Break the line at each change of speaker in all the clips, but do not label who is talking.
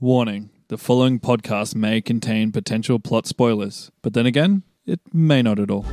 Warning the following podcast may contain potential plot spoilers, but then again, it may not at all.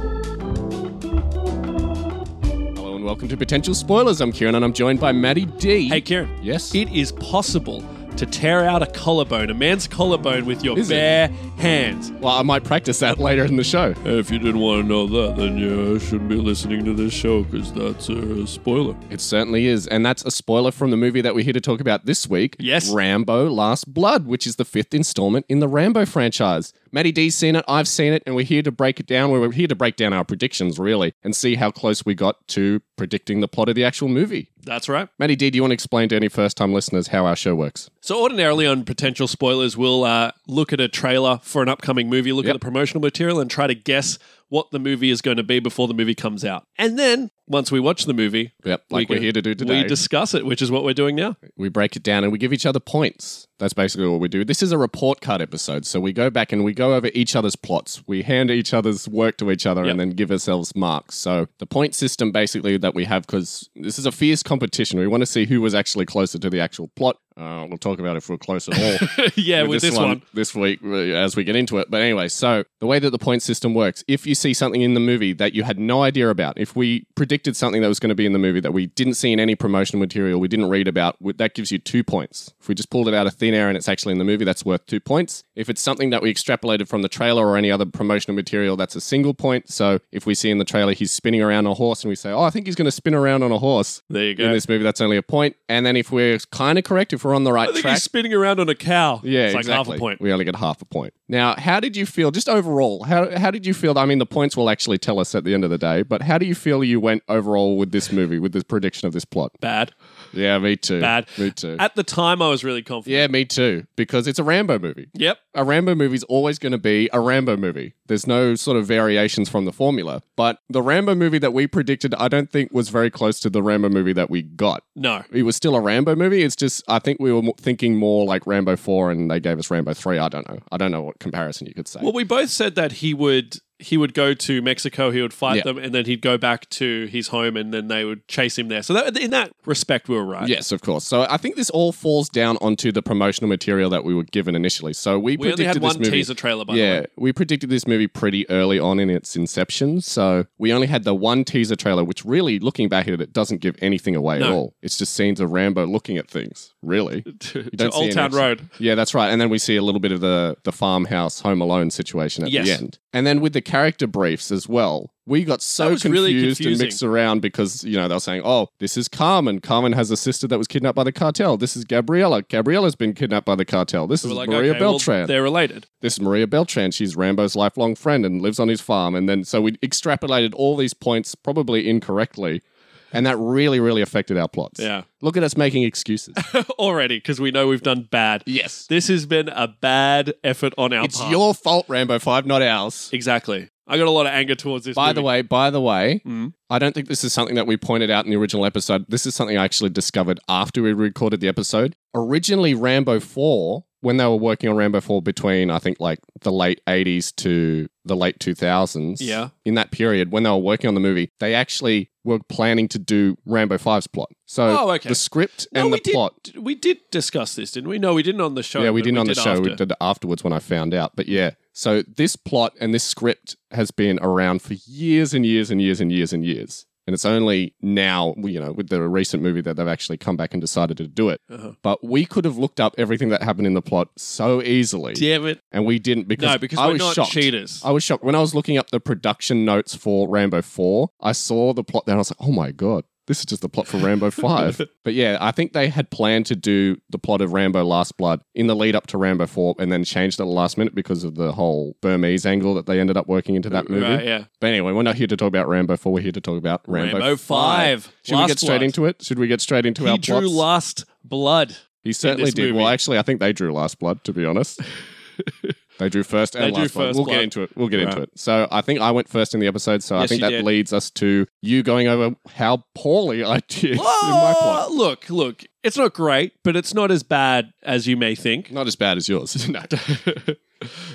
Hello and welcome to Potential Spoilers. I'm Kieran and I'm joined by Maddie D.
Hey, Kieran.
Yes?
It is possible to tear out a collarbone, a man's collarbone, with your
Is it?
bare hands.
Well, I might practice that later in the show.
If you didn't want to know that, then you shouldn't be listening to this show because that's a spoiler.
It certainly is. And that's a spoiler from the movie that we're here to talk about this week.
Yes.
Rambo Last Blood, which is the fifth installment in the Rambo franchise. Maddie D's seen it, I've seen it, and we're here to break it down. We're here to break down our predictions, really, and see how close we got to predicting the plot of the actual movie.
That's right.
Maddie D, do you want to explain to any first time listeners how our show works?
So, ordinarily on potential spoilers, we'll uh, look at a trailer for an upcoming movie, look
Yep.
at the promotional material, and try to guess what the movie is going to be before the movie comes out. And then, once we watch the movie,
Yep, like
we
we are
go-
here to do today.
we discuss it, which is what we're doing now.
we break it down and we give each other points. That's basically what we do. This is a report card episode. So we go back and we go over each other's plots. We hand each other's work to each other
Yep.
and then give ourselves marks. So the point system basically that we have, because this is a fierce competition, we want to see who was actually closer to the actual plot. Uh, we'll talk about if we're close at all.
yeah, with, this, one.
this week uh, as we get into it. But anyway, so the way that the point system works, if you see something in the movie that you had no idea about, if we predicted something that was going to be in the movie that we didn't see in any promotional material, we didn't read about, w- that gives you two points. If we just pulled it out of thin air and it's actually in the movie, that's worth two points. If it's something that we extrapolated from the trailer or any other promotional material, that's a single point. So if we see in the trailer he's spinning around a horse and we say, "Oh, I think he's going to spin around on a horse."
There you go.
In this movie, that's only a point. And then if we're kind of correct, if we're on the right
I think
track,
he's spinning around on a cow.
yeah,
it's like
exactly.
half a point.
We only get half a point. Now, how did you feel, just overall, how, how did you feel? I mean, the points will actually tell us at the end of the day, but how do you feel you went overall with this movie, with the prediction of this plot?
Bad,
Yeah, me too.
bad.
Me too.
At the time, I was really confident.
yeah, me too. Because it's a Rambo movie.
Yep.
A Rambo movie's always going to be a Rambo movie. There's no sort of variations from the formula. But the Rambo movie that we predicted, I don't think was very close to the Rambo movie that we got.
No.
it was still a Rambo movie. It's just I think we were mo- thinking more like Rambo four, and they gave us Rambo three. I don't know. I don't know what comparison you could say.
Well, we both said that he would he would go to Mexico, he would fight
Yeah.
them, and then he'd go back to his home, and then they would chase him there. So that, in that respect, we were right.
yes, of course. So I think this all falls down onto the promotional material that we were given initially. So we,
we only
predicted
had
this
one
movie.
teaser trailer, by the
yeah,
way.
we predicted this movie pretty early on in its inception. So we only had the one teaser trailer, which really, looking back at it, it doesn't give anything away at
No.
all. It's just scenes of Rambo looking at things. Really,
To,
don't
to
see
Old
any
Town
action.
Road.
Yeah, that's right. And then we see a little bit of the the farmhouse home alone situation at
Yes.
the end. And then with the character briefs as well. We got so
That was
confused
really
and
confusing.
mixed around because, you know, they were saying, oh, this is Carmen. Carmen has a sister that was kidnapped by the cartel. This is Gabriella. Gabriella's been kidnapped by the cartel. This
We
is
were like,
Maria
okay, well,
Beltran.
they're related.
this is Maria Beltran. She's Rambo's lifelong friend and lives on his farm. And then so we extrapolated all these points, probably incorrectly. And that really, really affected our plots.
Yeah.
Look at us making excuses.
Already, because we know we've done bad.
yes.
This has been a bad effort on our
It's
part.
your fault, Rambo 5, not ours.
exactly. I got a lot of anger towards this.
By
movie.
the way, by the way,
Mm.
I don't think this is something that we pointed out in the original episode. This is something I actually discovered after we recorded the episode. Originally, Rambo 4, when they were working on Rambo 4 between, I think, like the late 80s to the late 2000s.
Yeah.
In that period, when they were working on the movie, they actually were planning to do Rambo 5's plot. So
Oh, okay.
the script
No,
and
we
the
did-
plot.
we did discuss this, didn't we? No, we didn't on the show.
Yeah, we
but
didn't on the show.
after.
We did it afterwards when I found out. But yeah, so this plot and this script has been around for years and years and years and years and years. And it's only now, you know, with the recent movie that they've actually come back and decided to do it.
Uh-huh.
But we could have looked up everything that happened in the plot so easily,
Damn it!
and we didn't because
no, because
I
we're
was
not
shocked.
cheaters.
I was shocked when I was looking up the production notes for Rambo 4. I saw the plot there and I was like, "Oh my god, this is just the plot for Rambo 5." but yeah, I think they had planned to do the plot of Rambo Last Blood in the lead up to Rambo 4 and then changed at the last minute because of the whole Burmese angle that they ended up working into that movie.
Right, yeah.
But anyway, we're not here to talk about Rambo 4, we're here to talk about Rambo, 5. Should we
Last
get straight
Blood.
into it? Should we get straight into
He
our
drew
plots?
last blood.
He certainly
this
did.
movie.
Well, actually, I think they drew Last Blood, to be honest. they drew first and
They
last
drew
blood.
First
we'll
Blood.
get into it. We'll get into
Right.
it. So I think I went first in the episode. So I
Yes,
think
you
that
did.
leads us to you going over how poorly I did in my plot.
Oh, Look, look, it's not great, but it's not as bad as you may think.
Not as bad as yours. no.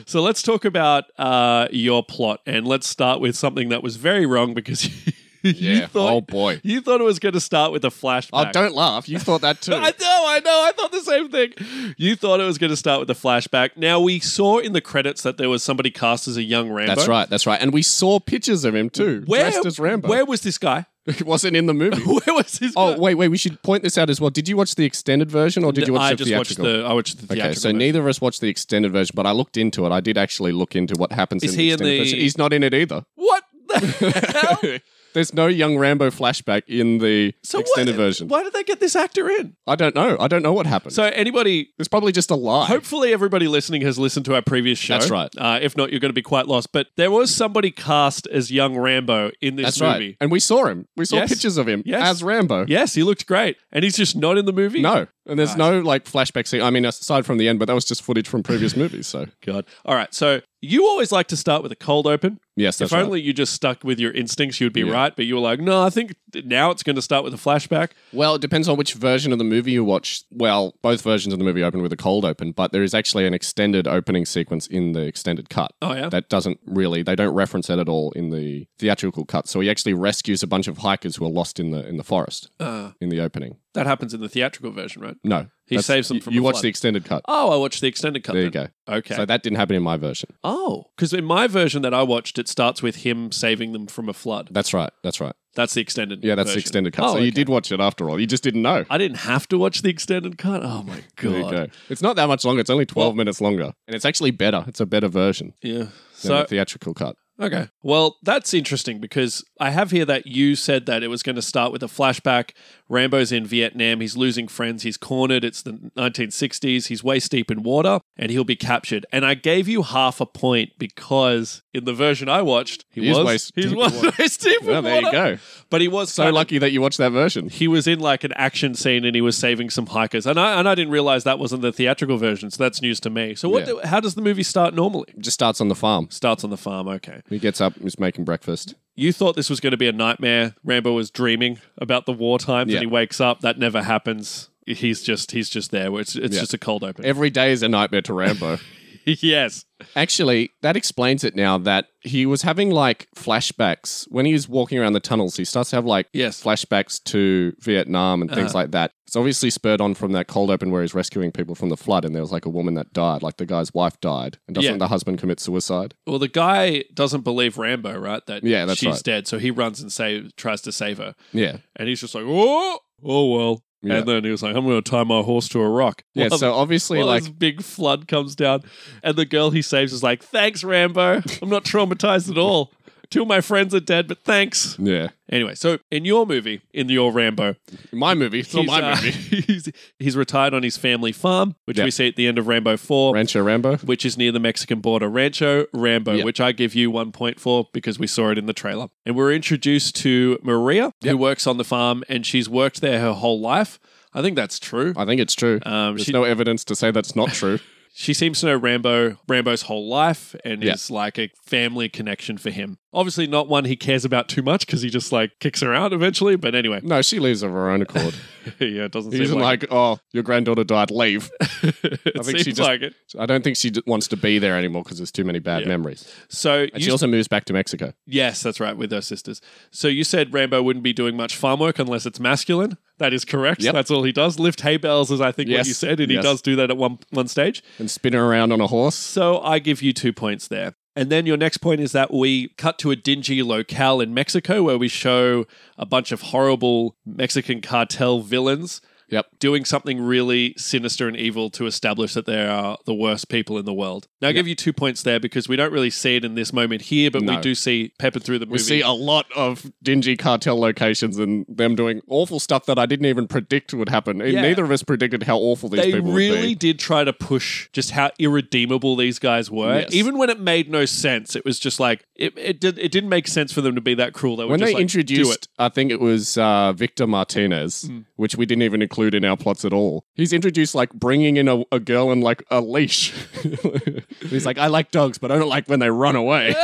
So let's talk about uh, your plot, and let's start with something that was very wrong because
Yeah.
thought-
oh boy.
You thought it was going to start with a flashback.
Oh, don't laugh. You thought that too.
I know, I know. I thought the same thing. You thought it was going to start with a flashback. Now we saw in the credits that there was somebody cast as a young Rambo.
that's right. That's right. And we saw pictures of him too,
Where,
dressed as Rambo.
Where was this guy?
It wasn't in the movie.
Where was this?
Oh
guy?
wait, wait. We should point this out as well. Did you watch the extended version or did you watch
I
the
just watched
theatrical?
the. I watched the theatrical.
Okay, so
version.
neither of us watched the extended version, but I looked into it. I did actually look into what happens
Is
in the
he in
extended
the-
version. He's not in it either.
what the hell?
There's no young Rambo flashback in the
So
extended
what,
version.
Why did they get this actor in?
I don't know. I don't know what happened.
So anybody,
it's probably just a lie.
hopefully everybody listening has listened to our previous show.
That's right.
Uh, if not, you're going to be quite lost. But there was somebody cast as young Rambo in this
That's
movie.
right. And we saw him. We saw
Yes.
pictures of him
Yes.
as Rambo.
Yes, he looked great, and he's just not in the movie.
No, and there's no like flashback scene. I mean, aside from the end, but that was just footage from previous movies. So
God. All right. So you always like to start with a cold open.
yes, that's
if
right.
only you just stuck with your instincts, you'd be right. But you were like, no, I think th- now it's going to start with a flashback.
Well, it depends on which version of the movie you watch. Well, both versions of the movie open with a cold open, but there is actually an extended opening sequence in the extended cut.
Oh, yeah?
That doesn't really they don't reference it at all in the theatrical cut. So he actually rescues a bunch of hikers who are lost in the in the forest
Uh,
in the opening.
that happens in the theatrical version, right?
No.
He
that's-
saves them
you-
from
You
a
watch
flood.
the extended cut.
Oh, I watched the extended cut.
there you
then.
go.
Okay.
So that didn't happen in my version.
oh, because in my version that I watched, it starts with him saving them from a flood.
That's right. That's right.
That's the extended.
Yeah, that's the
version.
extended cut.
Oh,
so
okay.
you did watch it after all. You just didn't know.
I didn't have to watch the extended cut. Oh my god.
There you go. It's not that much longer. It's only 12 minutes longer. And it's actually better. It's a better version
Yeah.
than
So
the theatrical cut.
Okay. Well, that's interesting because I have here that you said that it was going to start with a flashback. Rambo's in Vietnam. He's losing friends. He's cornered. It's the 1960s. He's waist deep in water and he'll be captured. And I gave you half a point because in the version I watched, he
He is
was
waist
he's
deep in
was
water.
waist deep in
Well, Oh, there you
water.
go.
But he was
So
kind of-
lucky that you watched that version.
He was in like an action scene and he was saving some hikers. And I and I didn't realize that wasn't the theatrical version. So that's news to me. So what?
Yeah.
Do, how does the movie start normally?
Just starts on the farm.
Starts on the farm. Okay.
He gets up, he's making breakfast.
You thought this was going to be a nightmare. Rambo was dreaming about the war times,
Yeah.
and he wakes up. That never happens. He's just he's just there. It's it's
Yeah.
just a cold open.
Every day is a nightmare to Rambo.
yes,
Actually, that explains it now that he was having like flashbacks when he was walking around the tunnels. He starts to have like
Yes.
flashbacks to Vietnam and
Uh-huh.
things like that. It's obviously spurred on from that cold open where he's rescuing people from the flood, and there was like a woman that died, like the guy's wife died, and doesn't
Yeah.
the husband commit suicide?
Well, the guy doesn't believe Rambo, right? That
Yeah, that's
she's
right.
dead. So he runs and save tries to save her,
Yeah,
and he's just like, oh, oh well.
Yeah.
And then he was like, I'm going to tie my horse to a rock.
yeah.
While-
So obviously,
while
like
this big flood comes down, and the girl he saves is like, thanks, Rambo. I'm not traumatized at all. Two of my friends are dead, but thanks.
yeah,
Anyway, so in your movie, in your Rambo,
my movie, it's not my
uh,
movie.
he's, he's retired on his family farm, which
Yeah.
we see at the end of Rambo 4,
Rancho Rambo.
which is near the Mexican border. Rancho Rambo,
Yeah.
which I give you one point for because we saw it in the trailer. And we're introduced to Maria, who works on the farm, and she's worked there her whole life. I think that's true.
I think it's true.
Um,
There's
she,
no evidence to say that's not true.
she seems to know Rambo Rambo's whole life and
Yeah.
is like a family connection for him. Obviously, not one he cares about too much because he just like kicks her out eventually. But anyway,
No, she leaves of her own accord.
yeah, it doesn't
He
seem
isn't
like,
like, oh, your granddaughter died, leave.
it
I think
seems
she just-
like it.
I don't think she d- wants to be there anymore because there's too many bad
Yeah.
memories.
So
And
you-
she also moves back to Mexico.
yes, that's right with her sisters. So you said Rambo wouldn't be doing much farm work unless it's masculine. That is correct.
Yep.
That's all he does. Lift hay bales is I think what
Yes.
you said, and he
Yes.
does do that at one one stage.
And spin her around on a horse.
So I give you two points there. And then your next point is that we cut to a dingy locale in Mexico where we show a bunch of horrible Mexican cartel villains
Yep.
doing something really sinister and evil to establish that they are the worst people in the world. Now, I give you two points there because we don't really see it in this moment here, but we
No.
do see peppered through the
We
movie.
see a lot of dingy cartel locations and them doing awful stuff that I didn't even predict would happen. And
Yeah.
Neither of us predicted how awful these
they
people
really
would
did try to push just how irredeemable these guys were.
Yes.
Even when it made no sense, it was just like it, it did it didn't make sense for them to be that cruel. They
be.
were
When
just
they
like, do it. Hmm.
introduced, I think it was uh, Victor Martinez, which we didn't even include in our plots at all. He's introduced like bringing in a, a girl in like a leash. He's like, I like dogs, but I don't like when they run away.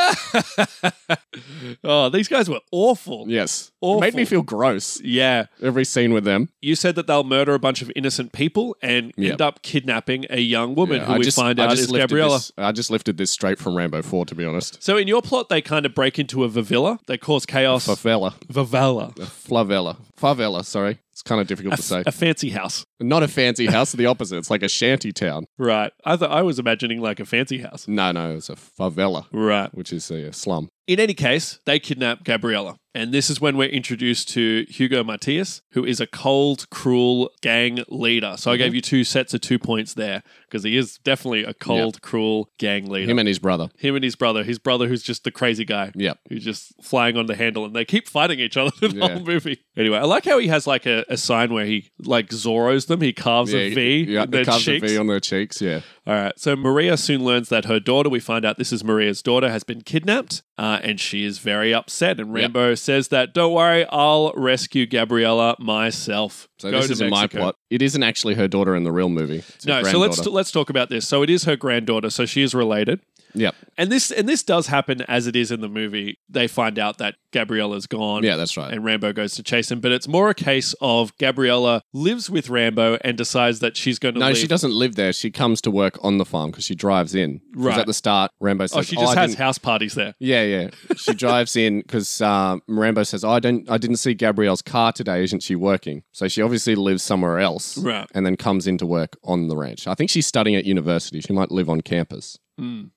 Oh, these guys were awful.
Yes.
Awful.
It made me feel gross
Yeah.
every scene with them.
You said that they'll murder a bunch of innocent people and
Yeah.
end up kidnapping a young woman
Yeah,
who we find out is
lifted
Gabriella.
this- I just lifted this straight from Rambo 4, to be honest.
So in your plot, they kind of break into a favela. They cause chaos.
Favela.
favela.
Flavella. Favela, sorry. It's kind of difficult to say.
A fancy house.
Not a fancy house, the opposite. It's like a shanty town.
Right. I thought I was imagining like a fancy house.
No, no, it's a favela,
Right.
which is a slum.
In any case, they kidnap Gabriella. And this is when we're introduced to Hugo Matias, who is a cold, cruel gang leader. So I
Mm-hmm.
gave you two sets of two points there because he is definitely a cold, cruel gang leader.
Him and his brother.
Him and his brother, his brother who's just the crazy guy.
Yeah.
Who's just flying on the handle and they keep fighting each other the
Yeah.
whole movie. Anyway, I like how he has like a, a sign where he like Zorros them. He carves
Yeah,
a V
yeah,
in their
the carves a
cheeks.
V on their cheeks, yeah.
All right. So Maria soon learns that her daughter, we find out this is Maria's daughter, has been kidnapped uh, and she is very upset. And Rambo says that, don't worry, I'll rescue Gabriella myself.
So
Go
this
to
isn't my
Mexico.
plot. It isn't actually her daughter in the real movie. It's her
No, so let's
granddaughter.
let's talk about this. So it is her granddaughter, so she is related.
Yep.
And this and this does happen as it is in the movie. They find out that Gabriella's gone.
Yeah, that's right.
And Rambo goes to chase him, but it's more a case of Gabriella lives with Rambo and decides that she's going to
No,
leave.
she doesn't live there. She comes to work on the farm because she drives in. 'Cause
Right.
at the start, Rambo says,
oh, she just
I
has
didn't-
house parties there.
Yeah, yeah. She drives in because um, Rambo says, "I don't, I didn't see Gabrielle's car today. Isn't she working?" So she obviously lives somewhere else,
Right.
And then comes into work on the ranch. I think she's studying at university. She might live on campus.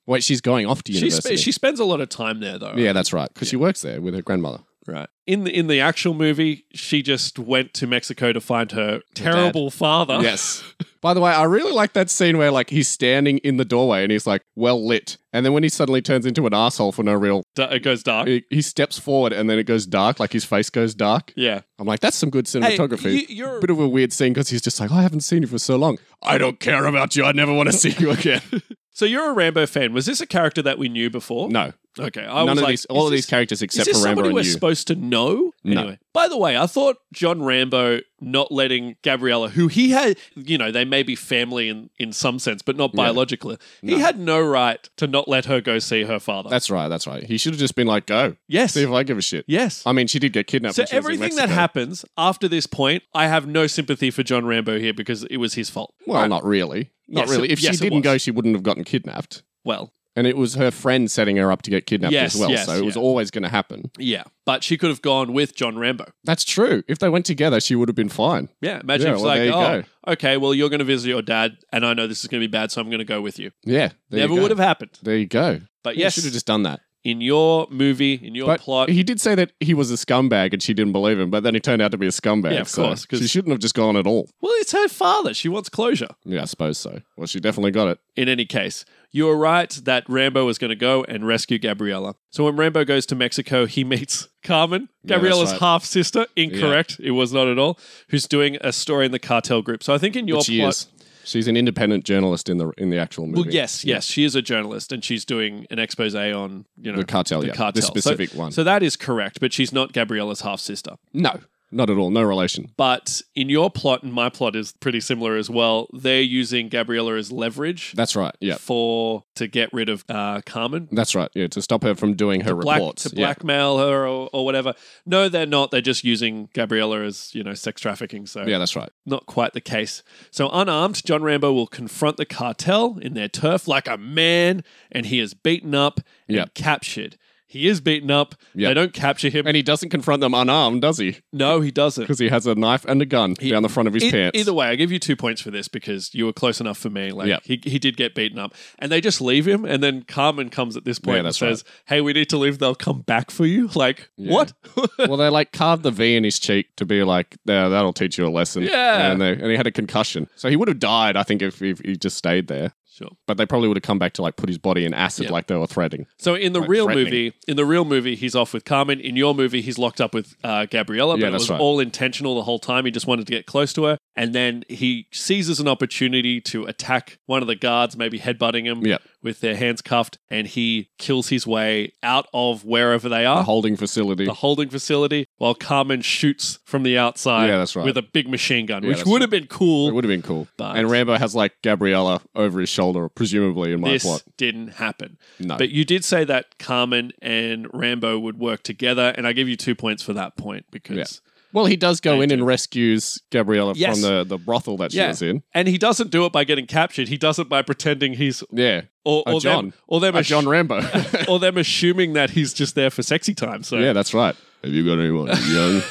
Wait, she's going off to
She,
Mm. university.
spe- she spends a lot of time there though.
yeah, that's right. Because she works there with her grandmother.
Right. In the in the actual movie, she just went to Mexico to find her terrible father.
Yes. By the way, I really like that scene where like he's standing in the doorway and he's like well lit, and then when he suddenly turns into an asshole for no real,
Da- it goes dark.
he, he steps forward and then it goes dark, like his face goes dark.
Yeah.
I'm like, that's some good cinematography.
you- you're-
Bit of a weird scene because he's just like, I haven't seen you for so long. I don't care about you. I never want to see you again.
So you're a Rambo fan. Was this a character that we knew before?
no,
Okay. I
none
was
of
like,
these, all
is
of these
this-
characters
Is
except
this
for Rambo
somebody
and
we're
you.
supposed to know?
No.
Anyway, by the way, I thought John Rambo not letting Gabriella, who he had, you know, they may be family in, in some sense, but not biologically. He had no right to not let her go see her father.
that's right. That's right. He should have just been like, go
yes.
see if I give a shit.
yes.
I mean, she did get kidnapped.
So
when she was in
everything that
Mexico.
happens after this point, I have no sympathy for John Rambo here because it was his fault.
Well, not really. Not
Yes,
really.
it-
If
yes,
she
it
didn't
was.
go, she wouldn't have gotten kidnapped.
Well,
And it was her friend setting her up to get kidnapped
Yes,
as well.
yes,
so it was
yeah.
always going to happen.
yeah, but she could have gone with John Rambo.
That's true. If they went together, she would have been fine.
Yeah, imagine
Yeah,
it's
well, there
like,
you
oh, okay, well, you're going to visit your dad, and I know this is going to be bad, so I'm going to go with you.
Yeah. There
Never
you go.
would have happened.
There you go.
But
Yeah,
yes,
should have just done that.
in your movie, in your
But
plot,
he did say that he was a scumbag and she didn't believe him, but then he turned out to be a scumbag.
Yeah, of
so
course, 'cause-
She shouldn't have just gone at all.
well, it's her father. She wants closure.
Yeah, I suppose so. Well, she definitely got it.
In any case, you were right that Rambo was going to go and rescue Gabriella. So when Rambo goes to Mexico, he meets Carmen,
Yeah, that's
Gabriella's
right.
half sister. Incorrect. It was not at all. Who's doing a story in the cartel group. So I think in your
But she
plot.
is. She's an independent journalist in the in the actual movie.
Well, yes, yes, she is a journalist and she's doing an expose on you know
The cartel, yeah.
cartel.
This
So-
specific one.
So that is correct, but she's not Gabriella's half sister.
No, not at all. No relation.
But in your plot and my plot is pretty similar as well. They're using Gabriella as leverage
That's right. Yeah.
for to get rid of uh, Carmen.
That's right. Yeah, to stop her from doing her
Black,
reports.
to
Yeah.
blackmail her or, or whatever. No, they're not. They're just using Gabriella as, you know, sex trafficking. So
yeah. that's right.
not quite the case. So unarmed, John Rambo will confront the cartel in their turf like a man, and he is beaten up and
Yep.
captured. He is beaten up.
Yep.
They don't capture him.
And he doesn't confront them unarmed, does he?
no, he doesn't.
Because he has a knife and a gun down the front of his
E-
pants.
Either way, I give you two points for this because you were close enough for me. Like
Yep.
he, he did get beaten up, and they just leave him. And then Carmen comes at this point
Yeah,
and
that's
says, "Hey, we need to leave. They'll come back for you." Like what?
well, they like carved the V in his cheek to be like, "Yeah, that'll teach you a lesson.
Yeah.
And, they, and he had a concussion. So he would have died, I think, if, if he just stayed there.
sure.
But they probably would have come back to like put his body in acid
Yeah.
like they were threading.
So in the
Like
real
threatening.
movie, in the real movie, he's off with Carmen. In your movie, he's locked up with uh, Gabriella, but
Yeah,
it
that's
was
right.
all intentional the whole time. He just wanted to get close to her, and then he seizes an opportunity to attack one of the guards, maybe headbutting him
Yeah.
with their hands cuffed, and he kills his way out of wherever they are,
A holding facility.
the holding facility. while Carmen shoots from the outside
Yeah, that's right.
with a big machine gun, which
that's
would have been
It
cool.
would have been cool.
But-
and Rambo has like Gabriella over his shoulder, presumably in my
This
plot.
didn't happen.
No.
But you did say that Carmen and Rambo would work together, and I give you two points for that point because.
well, he does go
They
in
do.
and rescues Gabriella
Yes.
from the, the brothel that she
Yeah.
was in.
And he doesn't do it by getting captured. He does it by pretending he's
Yeah.
or,
A
or
John.
them or them,
A
assu-
John Rambo.
or them assuming that he's just there for sexy time. So
yeah, that's right. Have you got anyone young?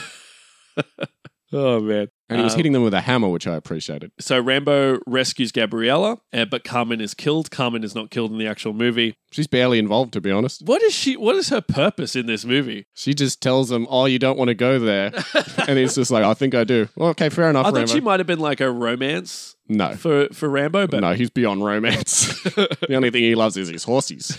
oh man.
And he was
Um,
hitting them with a hammer, which I appreciated.
So Rambo rescues Gabriella, uh, but Carmen is killed. Carmen is not killed in the actual movie.
She's barely involved, to be honest.
What is she? What is her purpose in this movie?
She just tells him, "Oh, you don't want to go there," and he's just like, "I think I do." Well, okay, fair enough,
I thought
Rambo.
she might have been like a romance
no,
for for Rambo, but
no, he's beyond romance. the only thing he loves is his horses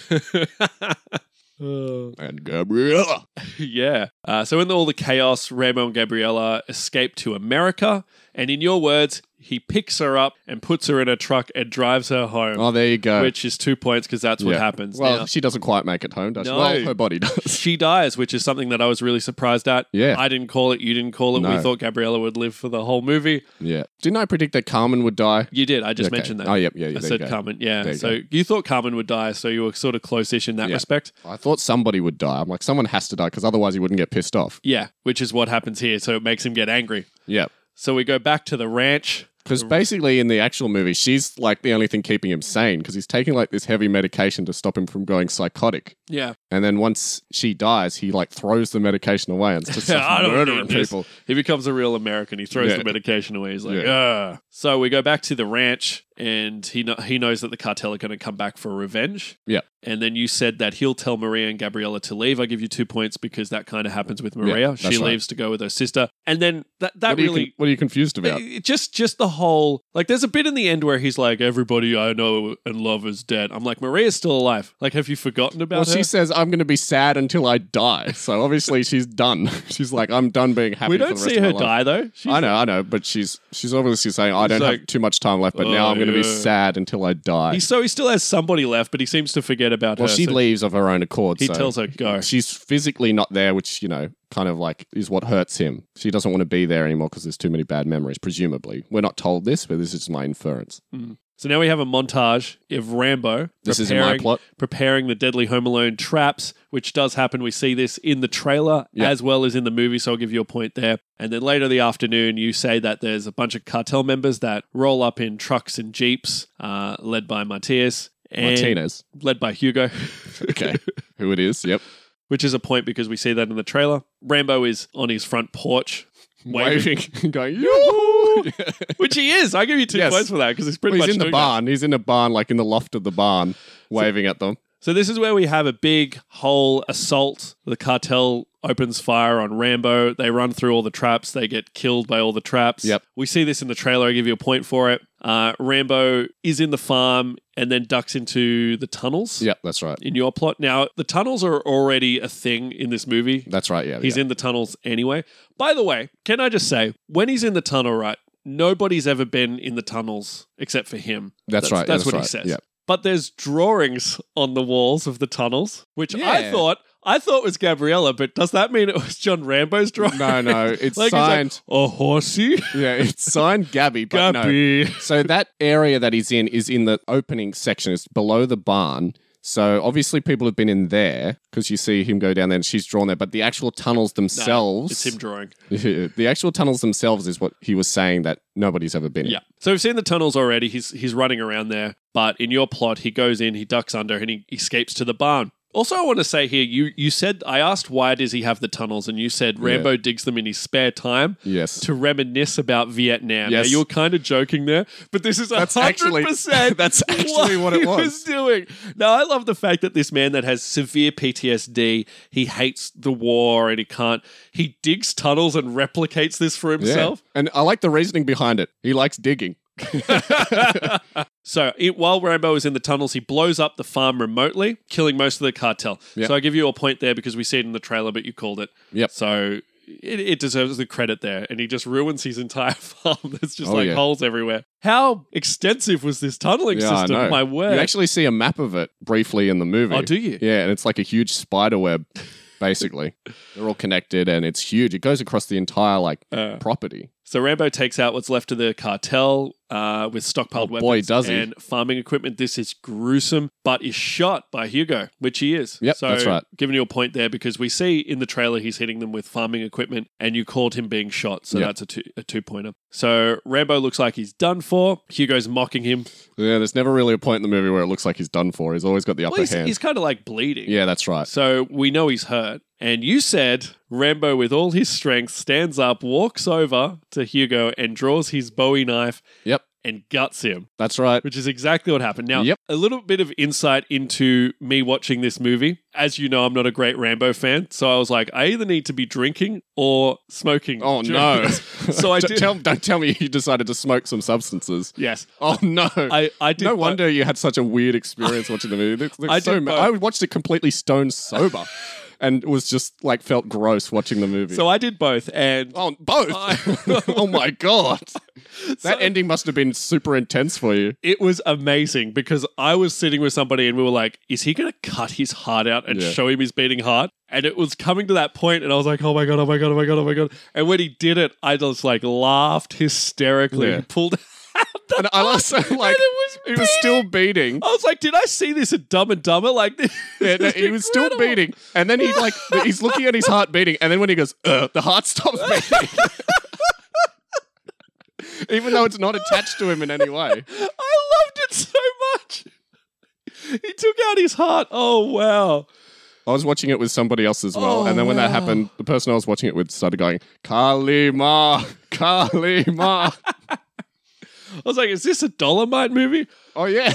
Uh.
and Gabriella.
yeah. Uh, so in all the chaos, Rambo and Gabriella escape to America, and in your words, he picks her up and puts her in a truck and drives her home,
Oh, there you go.
which is two points because that's what
Yeah.
happens.
Well,
Now,
she doesn't quite make it home, does
No.
she? Well, her body does.
she dies, which is something that I was really surprised at.
Yeah.
I didn't call it. You didn't call it. We
No.
thought Gabriella would live for the whole movie.
yeah. Didn't I predict that Carmen would die?
You did. I just
Okay.
mentioned that.
Oh, yep, yeah, yeah.
I
there you
said
go.
Carmen. Yeah.
There you
so you thought Carmen would die, so you were sort of close-ish in that
Yeah.
respect.
I thought somebody would die. I'm like, someone has to die because otherwise he wouldn't get pissed off.
Yeah, which is what happens here. So it makes him get angry.
Yeah.
So we go back to the ranch.
Because basically, in the actual movie, she's like the only thing keeping him sane because he's taking like this heavy medication to stop him from going psychotic.
Yeah.
And then once she dies, he like throws the medication away and starts
I don't
murdering
need this.
people.
He becomes a real American. He throws
Yeah.
the medication away. He's like, ugh. So we go back to the ranch, and he kno- he knows that the cartel are going to come back for revenge.
Yeah.
And then you said that he'll tell Maria and Gabriella to leave. I give you two points because that kind of happens with Maria. she
that's right.
leaves to go with her sister, and then that that
What are, you
really.
con- what are you confused about?
it- it just just the whole like there's a bit in the end where he's like everybody i know and love is dead i'm like maria's still alive like have you forgotten about
Well,
her
she says, I'm going to be sad until I die. So obviously, she's done. She's like, I'm done being happy.
we
for
don't
the rest
see
of my
her
life."
die though She's
I know, I know, but she's she's obviously saying I don't
like,
have too much time left, but
"Oh,
now I'm going to be
yeah."
sad until I die.
He so he still has somebody left, but he seems to forget about
well,
her.
she
so
leaves of her own accord.
he
so
tells her go.
she's physically not there, which you know, kind of like is what hurts him. She doesn't want to be there anymore because there's too many bad memories. Presumably, we're not told this, but this is my inference.
So now we have a montage of Rambo
This is in
preparing,
my plot.
preparing the deadly Home Alone traps, which does happen. We see this in the trailer
Yeah.
as well as in the movie, so I'll give you a point there. And then later in the afternoon, you say that there's a bunch of cartel members that roll up in trucks and jeeps, uh, led by Martinez and
Martinez,
led by Hugo.
okay, who it is? Yep,
Which is a point because we see that in the trailer. Rambo is on his front porch waving,
waving, going yoo
which he is. I give you two
Yes.
points for that because he's pretty
He's
much
in the
doing that.
barn. He's in a barn, like in the loft of the barn, waving at them.
So this is where we have a big whole assault. The cartel opens fire on Rambo. They run through all the traps. They get killed by all the traps.
Yep.
We see this in the trailer. I give you a point for it. Uh, Rambo is in the farm and then ducks into the tunnels.
Yep, that's right.
In your plot now, the tunnels are already a thing in this movie.
That's right. Yeah,
He's
yeah.
in the tunnels anyway. By the way, can I just say, when he's in the tunnel, right, nobody's ever been in the tunnels except for him.
That's right,
That's,
that's
what he
right,
says.
yeah.
But there's drawings on the walls of the tunnels, which I
Yeah.
thought I thought was Gabriella, but does that mean it was John Rambo's drawing?
No, no, it's
Like, he's like,
signed.
a horsey?
yeah, it's signed Gabby, but no.
Gabby.
so that area that he's in is in the opening section. It's below the barn. So obviously people have been in there because you see him go down there and she's drawn there. But the actual tunnels themselves,
It's him drawing.
the actual tunnels themselves is what he was saying that nobody's ever been in.
Yeah. So we've seen the tunnels already. He's he's running around there, but in your plot, he goes in, he ducks under, and he escapes to the barn. Also, I want to say here, you you said I asked why does he have the tunnels, and you said Rambo digs them in his spare time
Yes.
to reminisce about Vietnam.
Yes.
Now, you were kind of joking there, but this is hundred percent.
that's actually what,
he
it was.
doing. Now I love the fact that this man that has severe PTSD, he hates the war and he can't. He digs tunnels and replicates this for
Yeah.
himself.
And I like the reasoning behind it. He likes digging.
So it, while Rambo is in the tunnels, he blows up the farm remotely, killing most of the cartel.
Yep.
So I give you a point there because we see it in the trailer, but you called it.
Yep.
So it, it deserves the credit there. And he just ruins his entire farm. There's just
Oh,
like
yeah.
holes everywhere. How extensive was this tunneling
Yeah, I
system?
know.
My word.
You actually see a map of it briefly in the movie.
oh, do you?
Yeah, and it's like a huge spider web. basically. They're all connected and it's huge. It goes across the entire like
Uh,
property.
so Rambo takes out what's left of the cartel uh, with stockpiled
Oh,
weapons
boy, does he.
and farming equipment. This is gruesome, but is shot by Hugo, which he is.
Yep,
so
that's right.
Giving you a point there because we see in the trailer he's hitting them with farming equipment, and you called him being shot. So
Yep.
that's a two a two pointer. So Rambo looks like he's done for. Hugo's mocking him.
Yeah, there's never really a point in the movie where it looks like he's done for. He's always got the upper
Well, he's,
hand.
he's kind of like bleeding.
yeah, that's right.
So we know he's hurt. And you said Rambo, with all his strength, stands up, walks over to Hugo, and draws his Bowie knife
Yep,
and guts him,
that's right.
which is exactly what happened. Now,
Yep.
a little bit of insight into me watching this movie. As you know, I'm not a great Rambo fan. So I was like, I either need to be drinking or smoking.
Oh
during
no!
this. so I
Don't
did.
Tell, don't tell me you decided to smoke some substances.
yes.
Oh no!
I, I did.
no wonder you had such a weird experience watching the movie. It looks
I
so
did
ma-
both.
I watched it completely stone sober, and was just like felt gross watching the movie.
So I did both. And
oh, both!
I-
oh my god!
So-
That ending must have been super intense for you.
it was amazing because I was sitting with somebody and we were like, is he going to cut his heart out and
Yeah.
show him his beating heart? And it was coming to that point and I was like, oh my God, oh my God, oh my God, oh my God. And when he did it, I just like laughed hysterically
Yeah.
and pulled out the
And I also like
and it was,
he was
beating.
still beating.
I was like, did I see this in Dumb and Dumber? Like, this
Yeah, no,
is
uh, he was still
incredible.
beating, and then he like he's looking at his heart beating, and then when he goes, "Ugh," the heart stops beating, even though it's not attached to him in any way.
I loved it so much. He took out his heart. Oh, wow.
I was watching it with somebody else as well,
Oh,
and then when that
wow.
happened, the person I was watching it with started going, "Kalima, Kalima."
I was like, is this a Dolomite movie?
oh yeah,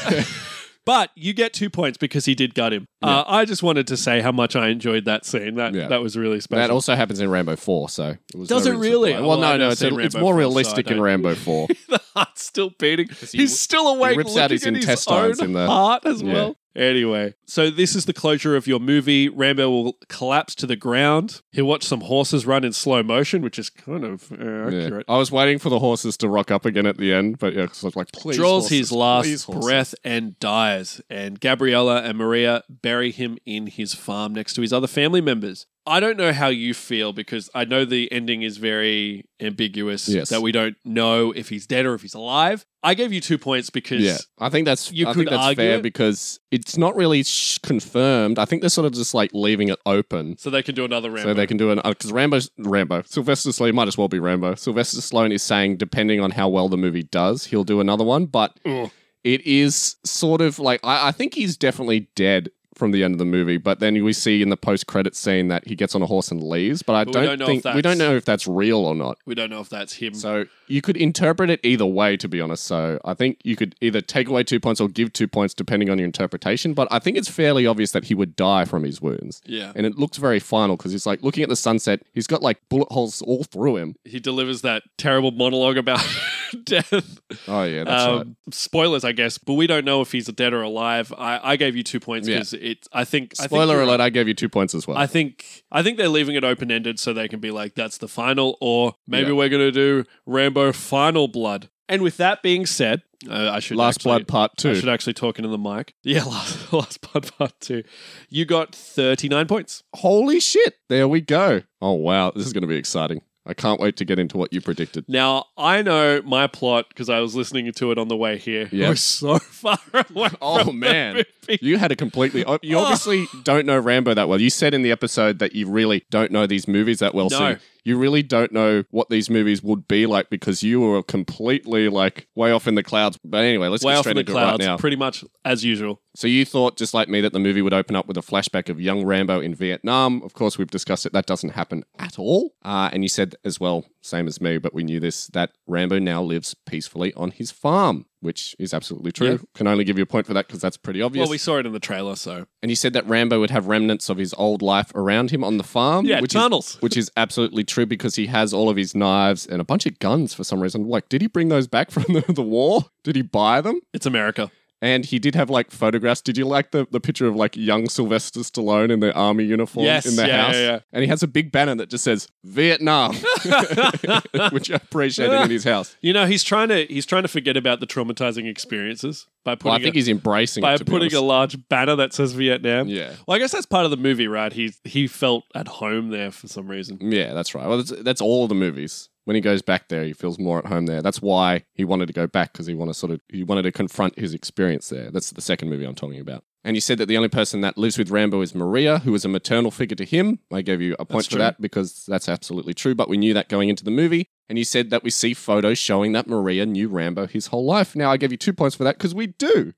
But you get two points because he did gut him. Uh, I just wanted to say how much I enjoyed that scene. That
Yeah.
that was really
that
special.
also happens in Rambo Four. So it was
Does
no
it
reason
really?
why.
Well,
Well,
I
no, no,
haven't
it's,
seen
a, it's
Rambo 4,
more
so I
realistic in
don't-
Rambo Four.
the heart's still beating.
he
He's still awake.
rips out
looking
his
at
intestines
own
in the-
heart as
Yeah.
well. Anyway, so this is the closure of your movie. Rambo will collapse to the ground. He'll watch some horses run in slow motion, which is kind of uh,
Yeah.
accurate.
I was waiting for the horses to rock up again at the end, but yeah, 'cause I was like, please.
Draws
horses,
his last
please, horses.
breath and dies. And Gabriella and Maria bury him in his farm next to his other family members. I don't know how you feel because I know the ending is very ambiguous.
Yes.
That we don't know if he's dead or if he's alive. I gave you two points because
Yeah, I think that's
You
I
could
think that's
argue
fair
it.
because it's not really sh- confirmed. I think they're sort of just like leaving it open.
so they can do another round.
So they can do an because Rambo's Rambo Sylvester Stallone might as well be Rambo. Sylvester Stallone is saying depending on how well the movie does, he'll do another one. But
Ugh.
it is sort of like I, I think he's definitely dead from the end of the movie. But then we see in the post credit scene that he gets on a horse and leaves. But I
But we
don't,
don't know if
think we
that's-
don't know if that's real or not.
we don't know if that's him.
So you could interpret it either way, to be honest. So I think you could either take away two points or give two points depending on your interpretation. But I think it's fairly obvious that he would die from his wounds.
yeah.
And it looks very final because he's like looking at the sunset. He's got like bullet holes all through him.
He delivers that terrible monologue about death.
Oh yeah, that's right.
Um, spoilers, I guess, but we don't know if he's dead or alive. I, I gave you two points
Yeah.
because it. I think I think
Spoiler
you're
alert! I gave you two points as well.
I think I think they're leaving it open ended so they can be like, that's the final, or maybe
Yeah.
we're gonna do Rambo Final Blood. And with that being said, uh, I should
Last
actually-
Blood Part
I
Two.
should actually talk into the mic. Yeah, last last blood part two. You got thirty nine points.
Holy shit! There we go. Oh wow, this is going to be exciting. I can't wait to get into what you predicted.
Now I know my plot because I was listening to it on the way here.
Yeah.
We're so far away.
Oh,
from
man.
the movie.
You had a completely. oh, You obviously don't know Rambo that well. You said in the episode that you really don't know these movies that well.
No.
So you really don't know what these movies would be like because you were completely like way off in the clouds. But anyway, let's
Way
get
off in
straight
the
into
clouds,
it right now.
pretty much as usual.
So you thought, just like me, that the movie would open up with a flashback of young Rambo in Vietnam. Of course, we've discussed it. That doesn't happen at all. Uh, and you said as well, same as me, but we knew this, that Rambo now lives peacefully on his farm. Which is absolutely true.
Yeah.
Can only give you a point for that because that's pretty obvious.
Well, we saw it in the trailer, so
And he said that Rambo would have remnants of his old life around him on the farm.
yeah,
which is,
tunnels.
which is absolutely true because he has all of his knives and a bunch of guns for some reason. Like, did he bring those back from the, the war? Did he buy them?
it's America.
And he did have like photographs. Did you like the, the picture of like young Sylvester Stallone in the army uniform
Yes,
in the
yeah,
house?
yeah, yeah.
And he has a big banner that just says Vietnam, which I appreciated in his house.
You know, he's trying to he's trying to forget about the traumatizing experiences by putting
Well, I think
a,
he's embracing
by
it. To be
putting a
honest.
large banner that says Vietnam.
yeah.
Well, I guess that's part of the movie, right? He he felt at home there for some reason.
Yeah, that's right. Well, that's, that's all the movies. When he goes back there, he feels more at home there. That's why he wanted to go back because he wanted sort of he wanted to confront his experience there. That's the second movie I'm talking about. And you said that the only person that lives with Rambo is Maria, who is a maternal figure to him. I gave you a point
That's
for
true.
that because that's absolutely true. But we knew that going into the movie. And you said that we see photos showing that Maria knew Rambo his whole life. Now I gave you two points for that because we do.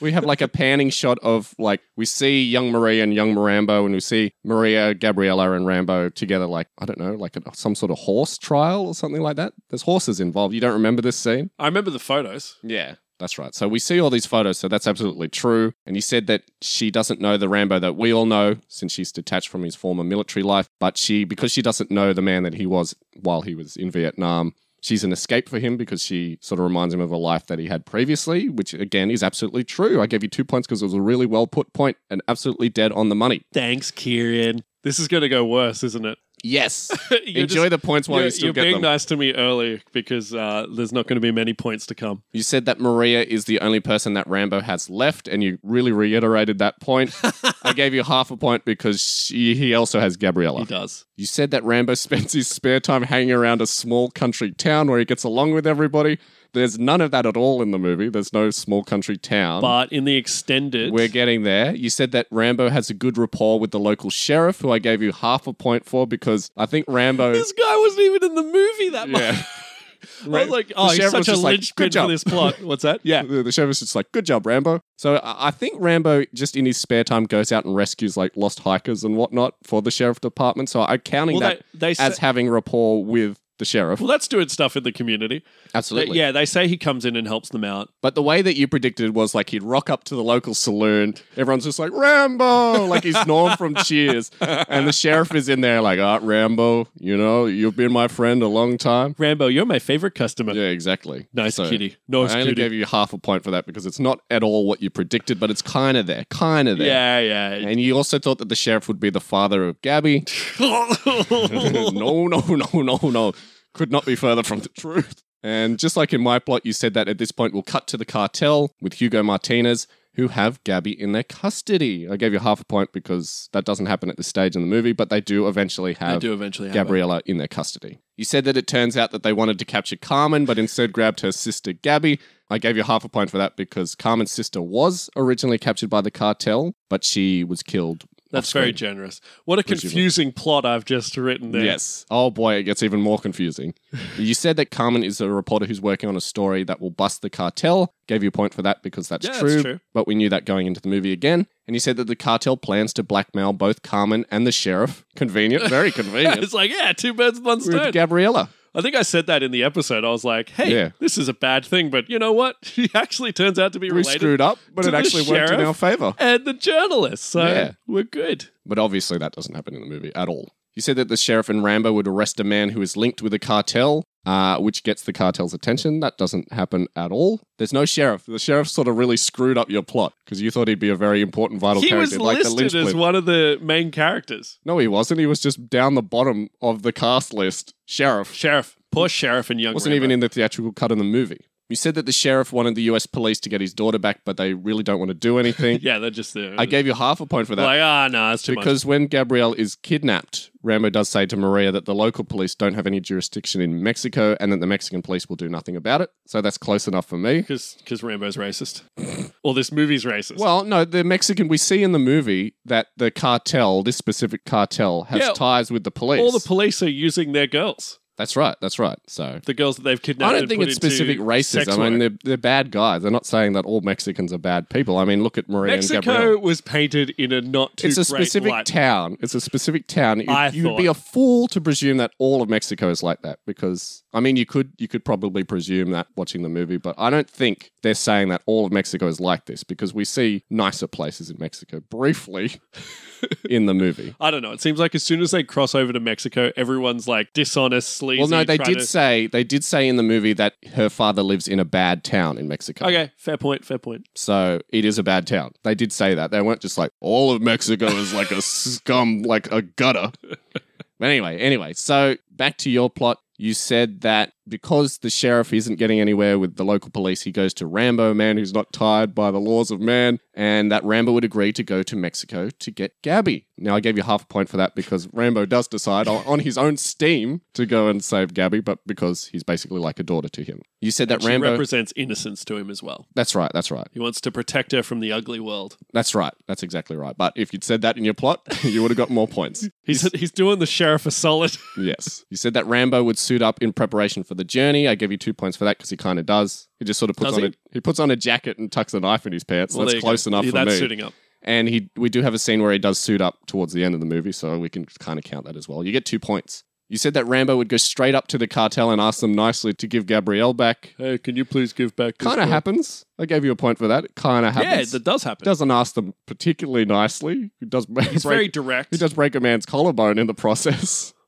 We have like a panning shot of like we see young Maria and young Rambo, and we see Maria, Gabriella, and Rambo together. Like I don't know, like a, some sort of horse trial or something like that. There's horses involved. You don't remember this scene?
I remember the photos.
Yeah, that's right. So we see all these photos. So that's absolutely true. And you said that she doesn't know the Rambo that we all know, since she's detached from his former military life. But she, because she doesn't know the man that he was while he was in Vietnam. She's an escape for him because she sort of reminds him of a life that he had previously, which again is absolutely true. I gave you two points because it was a really well put point and absolutely dead on the money.
Thanks, Kieran. This is going to go worse, isn't it?
Yes.
You're just-
Enjoy the points while
you're,
you still
you're
get
being
them.
nice to me early because uh, there's not going to be many points to come.
You said that Maria is the only person that Rambo has left, and you really reiterated that point. I gave you half a point because she, he also has Gabriella.
He does.
You said that Rambo spends his spare time hanging around a small country town where he gets along with everybody. There's none of that at all in the movie. There's no small country town.
But in the extended,
We're getting there. You said that Rambo has a good rapport with the local sheriff, who I gave you half a point for because I think Rambo.
this guy wasn't even in the movie that much.
yeah.
I was like, oh,
The
he's
sheriff was
such a
just like,
linchpin
"Good job."
for this plot. What's that? Yeah.
The, the sheriff's just like, good job, Rambo. So I, I think Rambo, just in his spare time, goes out and rescues like lost hikers and whatnot for the sheriff department. So I'm counting
Well,
that
they, they
as
say,
having rapport with the sheriff.
well, that's doing stuff in the community. But
Absolutely.
yeah, they say he comes in and helps them out.
But the way that you predicted was like he'd rock up to the local saloon. Everyone's just like, Rambo, like he's Norm from Cheers. And the sheriff is in there like, ah, Rambo, you know, you've been my friend a long time.
Rambo, you're my favorite customer.
Yeah, exactly.
Nice
So-
kitty. Nice
I only
kitty.
gave you half a point for that because it's not at all what you predicted, but it's kind of there. Kind of there.
yeah, yeah.
And you also thought that the sheriff would be the father of Gabby. no, no, no, no, no. Could not be further from the truth. And just like in my plot, you said that at this point we'll cut to the cartel with Hugo Martinez, who have Gabby in their custody. I gave you half a point because that doesn't happen at this stage in the movie, but they do eventually
I
have
do eventually have it.
Gabriella in their custody. You said that it turns out that they wanted to capture Carmen, but instead grabbed her sister Gabby. I gave you half a point for that because Carmen's sister was originally captured by the cartel, but she was killed.
That's
off-screen.
very generous. What a
Presumably.
confusing plot I've just written there.
Yes. Oh boy, it gets even more confusing. you said that Carmen is a reporter who's working on a story that will bust the cartel. Gave you a point for that because that's
Yeah, that's
true.
true.
But we knew that going into the movie again. And you said that the cartel plans to blackmail both Carmen and the sheriff. Convenient, very convenient.
It's like, yeah, two birds, with one stone.
With Gabriella.
I think I said that in the episode. I was like, hey,
Yeah.
this is a bad thing, but you know what? He actually turns out to be
We
related.
screwed up, but
to
it
the
actually worked in
sheriff.
our favor.
and the journalist. So
Yeah.
we're good.
But obviously, that doesn't happen in the movie at all. You said that the sheriff and Rambo would arrest a man who is linked with a cartel, uh, which gets the cartel's attention. That doesn't happen at all. There's no sheriff. The sheriff sort of really screwed up your plot because you thought he'd be a very important, vital
he was
character, like the
listed
linchpin.
as one of the main characters.
no, he wasn't. He was just down the bottom of the cast list. Sheriff
Sheriff. Poor Sheriff and Young
wasn't even in the theatrical cut of the movie. You said that the sheriff wanted the U.S. police to get his daughter back, but they really don't want to do anything.
Yeah, they're just there.
I gave you half a point for that.
like, ah, no, it's too much.
Because when Gabrielle is kidnapped, Rambo does say to Maria that the local police don't have any jurisdiction in Mexico and that the Mexican police will do nothing about it. So that's close enough for me.
Because because Rambo's racist. or this movie's racist.
Well, no, the Mexican, we see in the movie that the cartel, this specific cartel, has
Yeah.
ties with the police.
all the police are using their girls.
that's right, that's right. So.
The girls that they've kidnapped.
I don't
and
think
put
it's
into
specific
sex
racism. I
work.
mean, they're, they're bad guys. I'm not saying that all Mexicans are bad people. I mean, look at Maria and Gabrielle.
Mexico was painted in a not too
it's a
great
specific
light.
town. It's a specific town. You,
I
you'd
thought-
be a fool to presume that all of Mexico is like that because I mean you could you could probably presume that watching the movie, but I don't think they're saying that all of Mexico is like this because we see nicer places in Mexico briefly in the movie.
I don't know. It seems like as soon as they cross over to Mexico, everyone's like dishonest sleazy.
Well, no, they
try
did
to-
say they did say in the movie that her father lives in a bad town in Mexico.
Okay, fair point. Fair point.
So it is a bad town. They did say that. They weren't just like all of Mexico is like a scum, like a gutter. But anyway, anyway, so back to your plot. You said that because the sheriff isn't getting anywhere with the local police, he goes to Rambo Man, who's not tired by the laws of man, and that Rambo would agree to go to Mexico to get Gabby. Now, I gave you half a point for that because Rambo does decide on on his own steam to go and save Gabby, but because he's basically like a daughter to him. You said that
She
Rambo.
represents innocence to him as well.
that's right, that's right.
He wants to protect her from the ugly world.
That's right. That's exactly right. But if you'd said that in your plot, you would have got more points.
He's he's doing the sheriff a solid.
Yes. You said that Rambo would suit up in preparation for the journey. I gave you two points for that because he kind of does. He just sort of puts
Does
on
he?
a he puts on a jacket and tucks a knife in his pants.
Well, there
that's
you go.
close enough
Yeah,
for
that's
me.
suiting up.
And he we do have a scene where he does suit up towards the end of the movie, so we can kind of count that as well. You get two points. You said that Rambo would go straight up to the cartel and ask them nicely to give Gabrielle back.
Hey, can you please give back? this
Kind of
boy?
happens. I gave you a point for that. It kind of
Yeah,
happens.
that does happen.
doesn't ask them particularly nicely. It does
He's very direct.
He does break a man's collarbone in the process.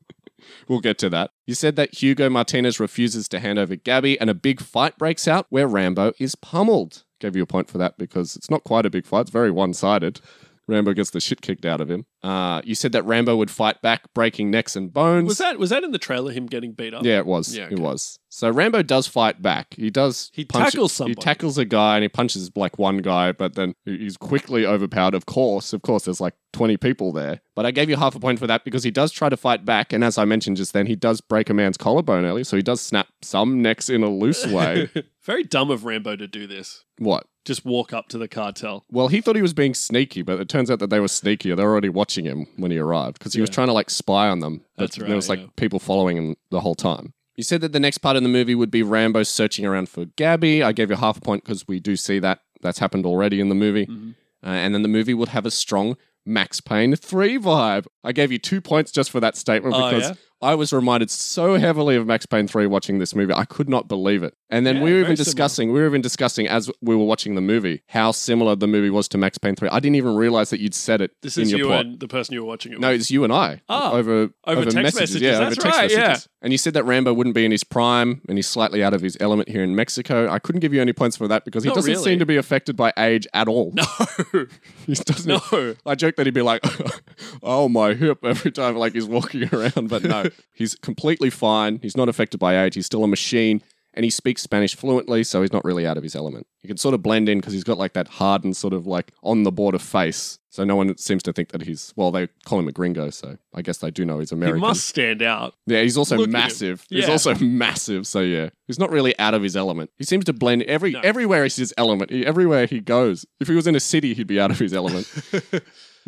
we'll get to that. You said that Hugo Martinez refuses to hand over Gabby, and a big fight breaks out where Rambo is pummeled. Gave you a point for that because it's not quite a big fight, it's very one sided. Rambo gets the shit kicked out of him. Uh, you said that Rambo would fight back, breaking necks and bones.
Was that was that in the trailer? Him getting beat up?
Yeah, it was.
Yeah,
It
okay.
was. So Rambo does fight back. He does.
He tackles
He
somebody.
tackles a guy and he punches like one guy, but then he- he's quickly overpowered. Of course, of course, there's like 20 people there. But I gave you half a point for that because he does try to fight back. And as I mentioned just then, he does break a man's collarbone early. So he does snap some necks in a loose way.
Very dumb of Rambo to do this.
what?
Just walk up to the cartel.
Well, he thought he was being sneaky, but it turns out that they were sneakier. They were already watching him when he arrived because he was
Yeah.
trying to like spy on them.
That's
There was
right,
like
yeah.
people following him the whole time. You said that the next part of the movie would be Rambo searching around for Gabby. I gave you half a point because we do see that. That's happened already in the movie.
Mhm.
Uh, and then the movie would have a strong Max Payne 3 vibe. I gave you two points just for that statement
Oh,
because
yeah?
I was reminded so heavily of Max Payne 3 watching this movie. I could not believe it. And then
Yeah,
we were even
very similar.
discussing, we were even discussing as we were watching the movie how similar the movie was to Max Payne 3. I didn't even realize that you'd said it
This
in
is
your
you
plot.
and the person you were watching it.
No,
with.
it's you and I
Ah,
over
over text messages,
Yeah,
that's
over text
right, yeah.
messages. And you said that Rambo wouldn't be in his prime, and he's slightly out of his element here in Mexico. I couldn't give you any points for that because he
Not
doesn't
really.
seem to be affected by age at all.
no,
he doesn't.
no.
I joke that he'd be like, "Oh my hip" every time, like he's walking around. But no, he's completely fine. He's not affected by age. He's still a machine, and he speaks Spanish fluently, so he's not really out of his element. He can sort of blend in because he's got like that hardened, sort of like on the border face. So no one seems to think that he's. Well, they call him a gringo, so I guess they do know he's
He
American.
must stand out.
Yeah, he's also
Look at him.
massive. He's
Yeah.
also massive. So yeah, he's not really out of his element. He seems to blend every
No.
everywhere is his element. He- everywhere he goes, if he was in a city, he'd be out of his element.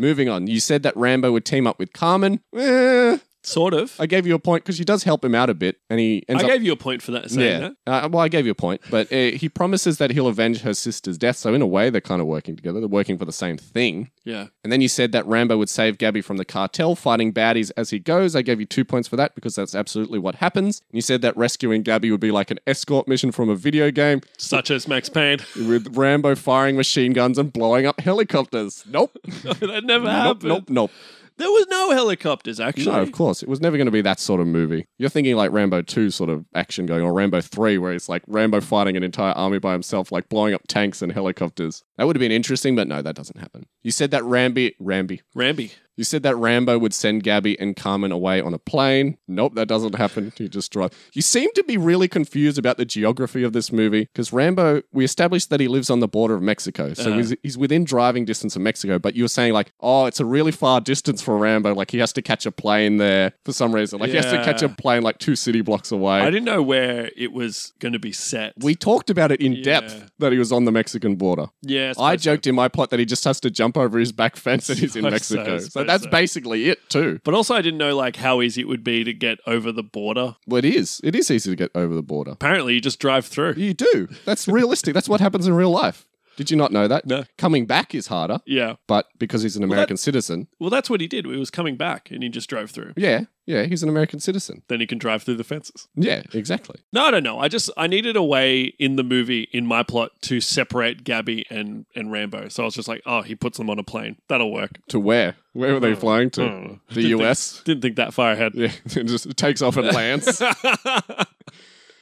Moving on, you said that Rambo would team up with Carmen. Eh,
Sort of. I,
I gave you a point because she does help him out a bit, and he ends up.
gave you a point for that. Saying
yeah, uh, well, I gave you a point, but uh, he promises that he'll avenge her sister's death. So in a way, they're kind of working together. They're working for the same thing.
that. Yeah.
And then you said that Rambo would save Gabby from the cartel fighting baddies as he goes. I gave you two points for that because that's absolutely what happens. And you said that rescuing Gabby would be like an escort mission from a video game
Such as Max Payne.
with Rambo firing machine guns and blowing up helicopters. Nope.
that never
nope,
happened.
nope, nope.
There was no helicopters actually.
No, of course. It was never going to be that sort of movie. You're thinking like Rambo 2 sort of action going, or Rambo 3, where it's like Rambo fighting an entire army by himself, like blowing up tanks and helicopters. That would have been interesting, but no, that doesn't happen. You said that Rambi, Rambi,
Rambi.
You said that Rambo would send Gabby and Carmen away on a plane. Nope, that doesn't happen. He just drives. You seem to be really confused about the geography of this movie because Rambo, we established that he lives on the border of Mexico. So
Uh-huh.
he's, he's within driving distance of Mexico, but you were saying, like, oh, it's a really far distance for Rambo. Like, he has to catch a plane there for some reason. Like, he has to
Yeah.
catch a plane like two city blocks away.
I didn't know where it was going to be set.
we talked about it in
Yeah.
depth that he was on the Mexican border.
yeah,
I
suppose so.
joked in my plot that he just has to jump over his back fence and he's in
Suppose
Mexico.
so,
so
suppose
that's
so.
basically it, too.
But also, I didn't know like how easy it would be to get over the border.
Well, it is. It is easy to get over the border.
Apparently, you just drive through.
You do. That's realistic. That's what happens in real life. Did you not know that?
No.
Coming back is harder,
Yeah.
but because he's an
that-
American citizen,
Well, that's what he did. He was coming back and he just drove through.
yeah, yeah, he's an American citizen.
Then he can drive through the fences.
Yeah, exactly.
No, I don't know. I just I needed a way in the movie in my plot to separate Gabby and and Rambo. So I was just like, oh, he puts them on a plane. That'll work.
To where? Where were they flying to?
Mm.
The US?
Didn't think that far ahead.
Yeah, it just takes off and lands.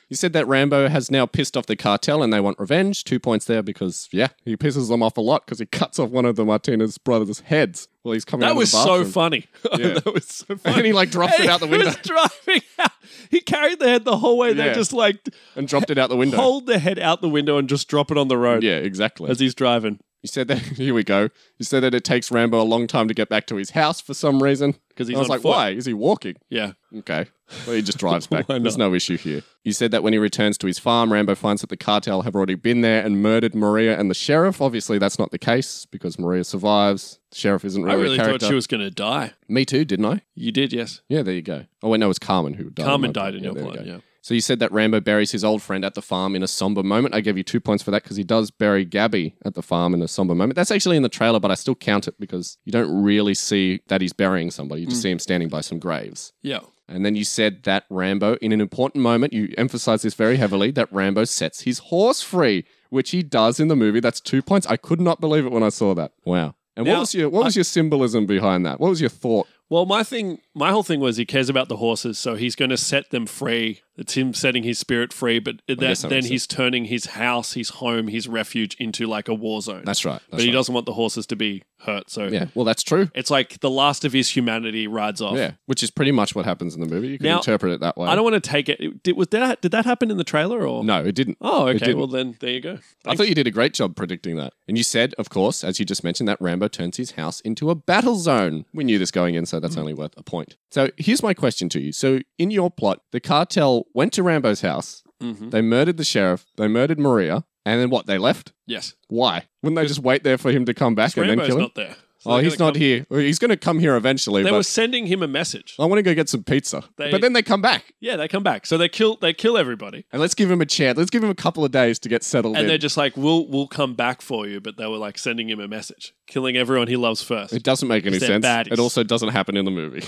You said that Rambo has now pissed off the cartel and they want revenge. Two points there because, yeah, he pisses them off a lot because he cuts off one of the Martinez brothers' heads while he's coming out
that
of
was
the bathroom.
so funny.
Yeah.
that was so funny.
And he like drops it out the
He
window
was driving out. He carried the head the whole way. They
Yeah.
just like
and dropped it out the window.
hold the head out the window and just drop it on the road
yeah, exactly.
as he's driving.
You said that. Here we go. You said that it takes Rambo a long time to get back to his house for some reason.
'Cause he's
I was
on
like,
foot.
why is he walking?
Yeah.
Okay, well he just drives back.
Why
There's no issue here. You said that when he returns to his farm, Rambo finds that the cartel have already been there and murdered Maria and the sheriff. Obviously, that's not the case because Maria survives. The sheriff isn't
I
really,
really
a
thought
character.
she was going to die.
Me too, didn't I?
You did, yes.
Yeah, there you go. Oh wait, no, it's Carmen who died. in
Carmen
my
died in
yeah,
your
there we
plot.
go.
Yeah.
So you said that Rambo buries his old friend at the farm in a somber moment. I gave you two points for that because he does bury Gabby at the farm in a somber moment. That's actually in the trailer, but I still count it because you don't really see that he's burying somebody.
Mm.
You just see him standing by some graves.
Yeah.
And then you said that Rambo, in an important moment, you emphasize this very heavily, that Rambo sets his horse free, which he does in the movie. That's two points. I could not believe it when I saw that. Wow. And what
Now,
was your what was your symbolism behind that? What was your thought?
Well, my thing, my whole thing was he cares about the horses, so he's going to set them free. It's him setting his spirit free, but that,
guess that
then
makes
he's turning his house, his home, his refuge into like a war zone.
That's right.
but
That's
he
right.
doesn't want the horses to be hurt, so
Yeah. Well, that's true.
it's like the last of his humanity rides off.
Yeah, which is pretty much what happens in the movie. You can
Now,
interpret it that way.
I don't want to take it. Did was that did that happen in the trailer or
No, it didn't.
Oh, okay.
didn't. Oh,
Well, then there you go.
I thought you did a great job predicting that. And you said, of course, as you just mentioned, that Rambo turns his house into a battle zone. We knew this going in, so
Mm.
that's only worth a point. So here's my question to you. So in your plot, the cartel went to Rambo's house,
hmm
they murdered the sheriff, they murdered Maria, and then what? They left?
Yes,
Why? Wouldn't they just wait there for him to come back and then
Rambo's
kill him?
not there. So
oh,
they're
he's
gonna
not
come-
here. Well, He's going to come here eventually,
They
but Oh.
were sending him a message.
I want to go get some pizza.
They-
But then they come back.
Yeah, they come back, so they kill they kill everybody.
And let's give him a chance. Let's give him a couple of days to get settled
And
in.
they're just like, "We'll we'll come back for you," but they were like sending him a message, killing everyone he loves first.
It doesn't make any
They're
sense.
baddies.
It also doesn't happen in the movie.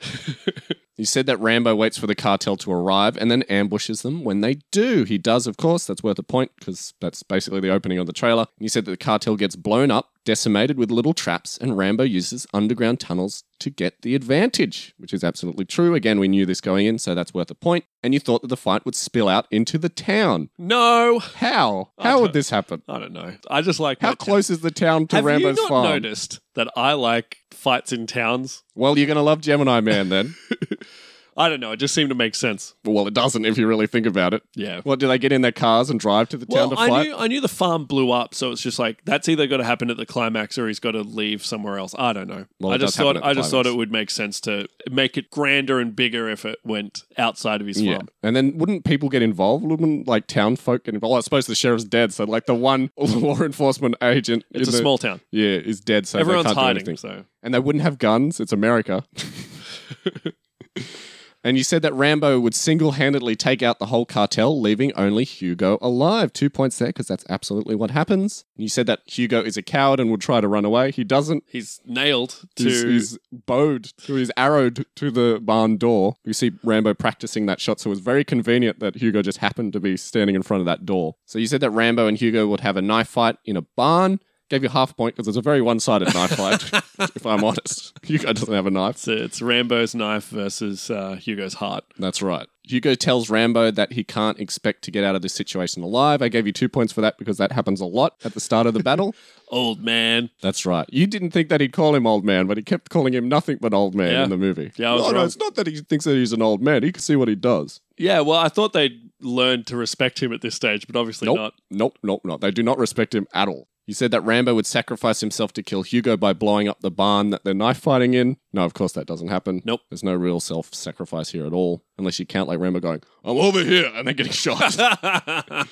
You said that Rambo waits for the cartel to arrive and then ambushes them when they do. He does, of course. That's worth a point because that's basically the opening of the trailer. And you said that the cartel gets blown up, decimated with little traps, and Rambo uses underground tunnels to get the advantage, which is absolutely true. Again, we knew this going in, so that's worth a point. And you thought that the fight would spill out into the town.
No,
How?
I
How
don't-
would this happen?
I don't know. I just like
How
my-
close is the town to
Have
Rambo's
you not
farm?
noticed that I like fights in towns?
Well, you're going to love Gemini Man then.
I don't know. It just seemed to make sense.
Well, it doesn't if you really think about it.
Yeah.
What do they get in their cars and drive to the town to
Well, I
fight?
knew I knew the farm blew up, so it's just like that's either got to happen at the climax or he's got to leave somewhere else. I don't know.
Well, it
I just
does happen
thought
at the
I just thought
climax.
it would make sense to make it grander and bigger if it went outside of his
yeah,
farm.
and then wouldn't people get involved? Wouldn't like town folk get involved? I suppose the sheriff's dead, so like the one law enforcement agent
It's
in
a
the-
small town.
yeah is dead, so
Everyone's
they can't do
hiding,
anything.
so
And they wouldn't have guns. It's America. and you said that Rambo would single-handedly take out the whole cartel, leaving only Hugo alive. Two points there because that's absolutely what happens. You said that Hugo is a coward and would try to run away. He doesn't.
he's nailed to
He's, he's bowed, to his arrowed to the barn door. You see Rambo practicing that shot, so it was very convenient that Hugo just happened to be standing in front of that door. So you said that Rambo and Hugo would have a knife fight in a barn. Gave you half a point because it's a very one-sided knife fight. if I'm honest, Hugo doesn't have a knife.
It's, it's Rambo's knife versus uh, Hugo's heart.
That's right. Hugo tells Rambo that he can't expect to get out of this situation alive. I gave you two points for that because that happens a lot at the start of the battle.
Old man.
That's right. You didn't think that he'd call him old man, but he kept calling him nothing but old man
Yeah.
in the movie.
Yeah, I was
no, no,
wrong.
it's not that he thinks that he's an old man. He can see what he does.
Yeah, well, I thought they'd learned to respect him at this stage, but obviously
nope,
not.
nope, nope, not. They do not respect him at all. You said that Rambo would sacrifice himself to kill Hugo by blowing up the barn that they're knife fighting in. No, of course that doesn't happen.
Nope.
There's no real self sacrifice here at all, unless you count like Rambo going, I'm over here, and then getting shot.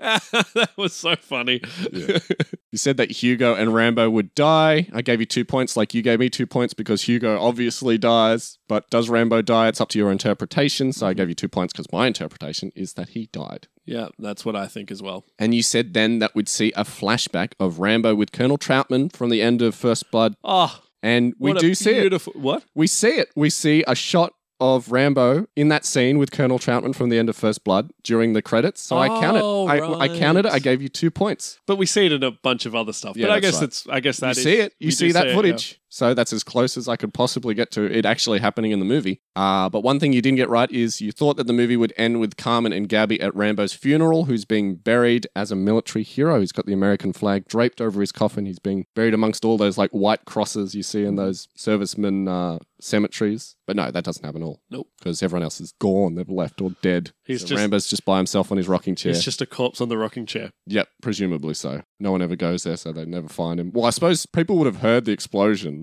that was so funny.
You said that Hugo and Rambo would die. I gave you two points, like you gave me two points, because Hugo obviously dies. But does Rambo die? It's up to your interpretation. So I gave you two points because my interpretation is that he died.
Yeah, that's what I think as well.
And you said then that we'd see a flashback of Rambo with Colonel Troutman from the end of First Blood.
Oh,
And we do see it.
beautiful, What?
We see it. We see a shot of Rambo in that scene with Colonel Troutman from the end of First Blood during the credits. So I counted.
Oh,
I, I
right.
counted it. I gave you two points.
But we see it in a bunch of other stuff.
Yeah,
but I
that's
guess
right.
it's I guess that
you
is-
see it. You
we
see
do
that
it, yeah.
footage. So that's as close as I could possibly get to it actually happening in the movie. Uh, but one thing you didn't get right is you thought that the movie would end with Carmen and Gabby at Rambo's funeral, who's being buried as a military hero. He's got the American flag draped over his coffin. He's being buried amongst all those like white crosses you see in those servicemen uh, cemeteries. But no, that doesn't happen at all.
Nope.
Because everyone else is gone. They've left or dead.
He's
So
just-
Rambo's just by himself on his rocking chair.
It's just a corpse on the rocking chair.
Yep, presumably so. No one ever goes there, so they never find him. Well, I suppose people would have heard the explosions.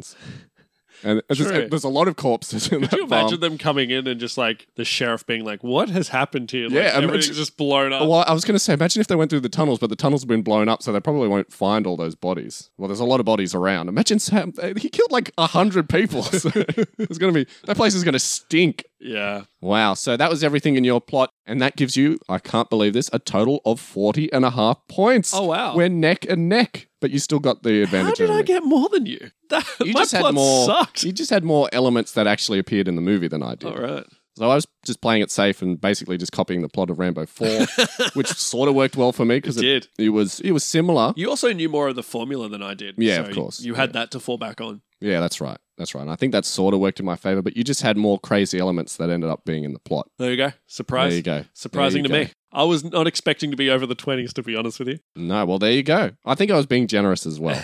And it's just-
True.
there's a lot of corpses in
Can
that
you imagine them coming in and just like the sheriff being like, "What has happened to you?" Like,
Yeah, imagine-
everything's just blown up.
farm. Well, I was going to say, imagine if they went through the tunnels, but the tunnels have been blown up, so they probably won't find all those bodies. Well, there's a lot of bodies around. Imagine Sam, uh, he killed like a hundred people. So it's going to be, that place is going to stink.
Yeah,
Wow. So that was everything in your plot. And that gives you, I can't believe this, a total of 40 and a half points.
Oh, wow.
We're neck and neck, but you still got the advantage.
how did
over
I
me.
get more than you? That,
you
my
just
plot
had more
sucked.
you just had more elements that actually appeared in the movie than I did.
All right.
So I was just playing it safe and basically just copying the plot of Rambo 4, which sort of worked well for me because
It
it,
did.
it was it was similar.
You also knew more of the formula than I did.
Yeah,
so
of
you-
course.
You had that to fall back on.
Yeah, that's right. That's right. And I think that sort of worked in my favor, but you just had more crazy elements that ended up being in the plot.
There you go. Surprise.
There you go.
Surprising
There
to
you
me. I was not expecting to be over the 20s, to be honest with you.
No, well there you go. I think I was being generous as well.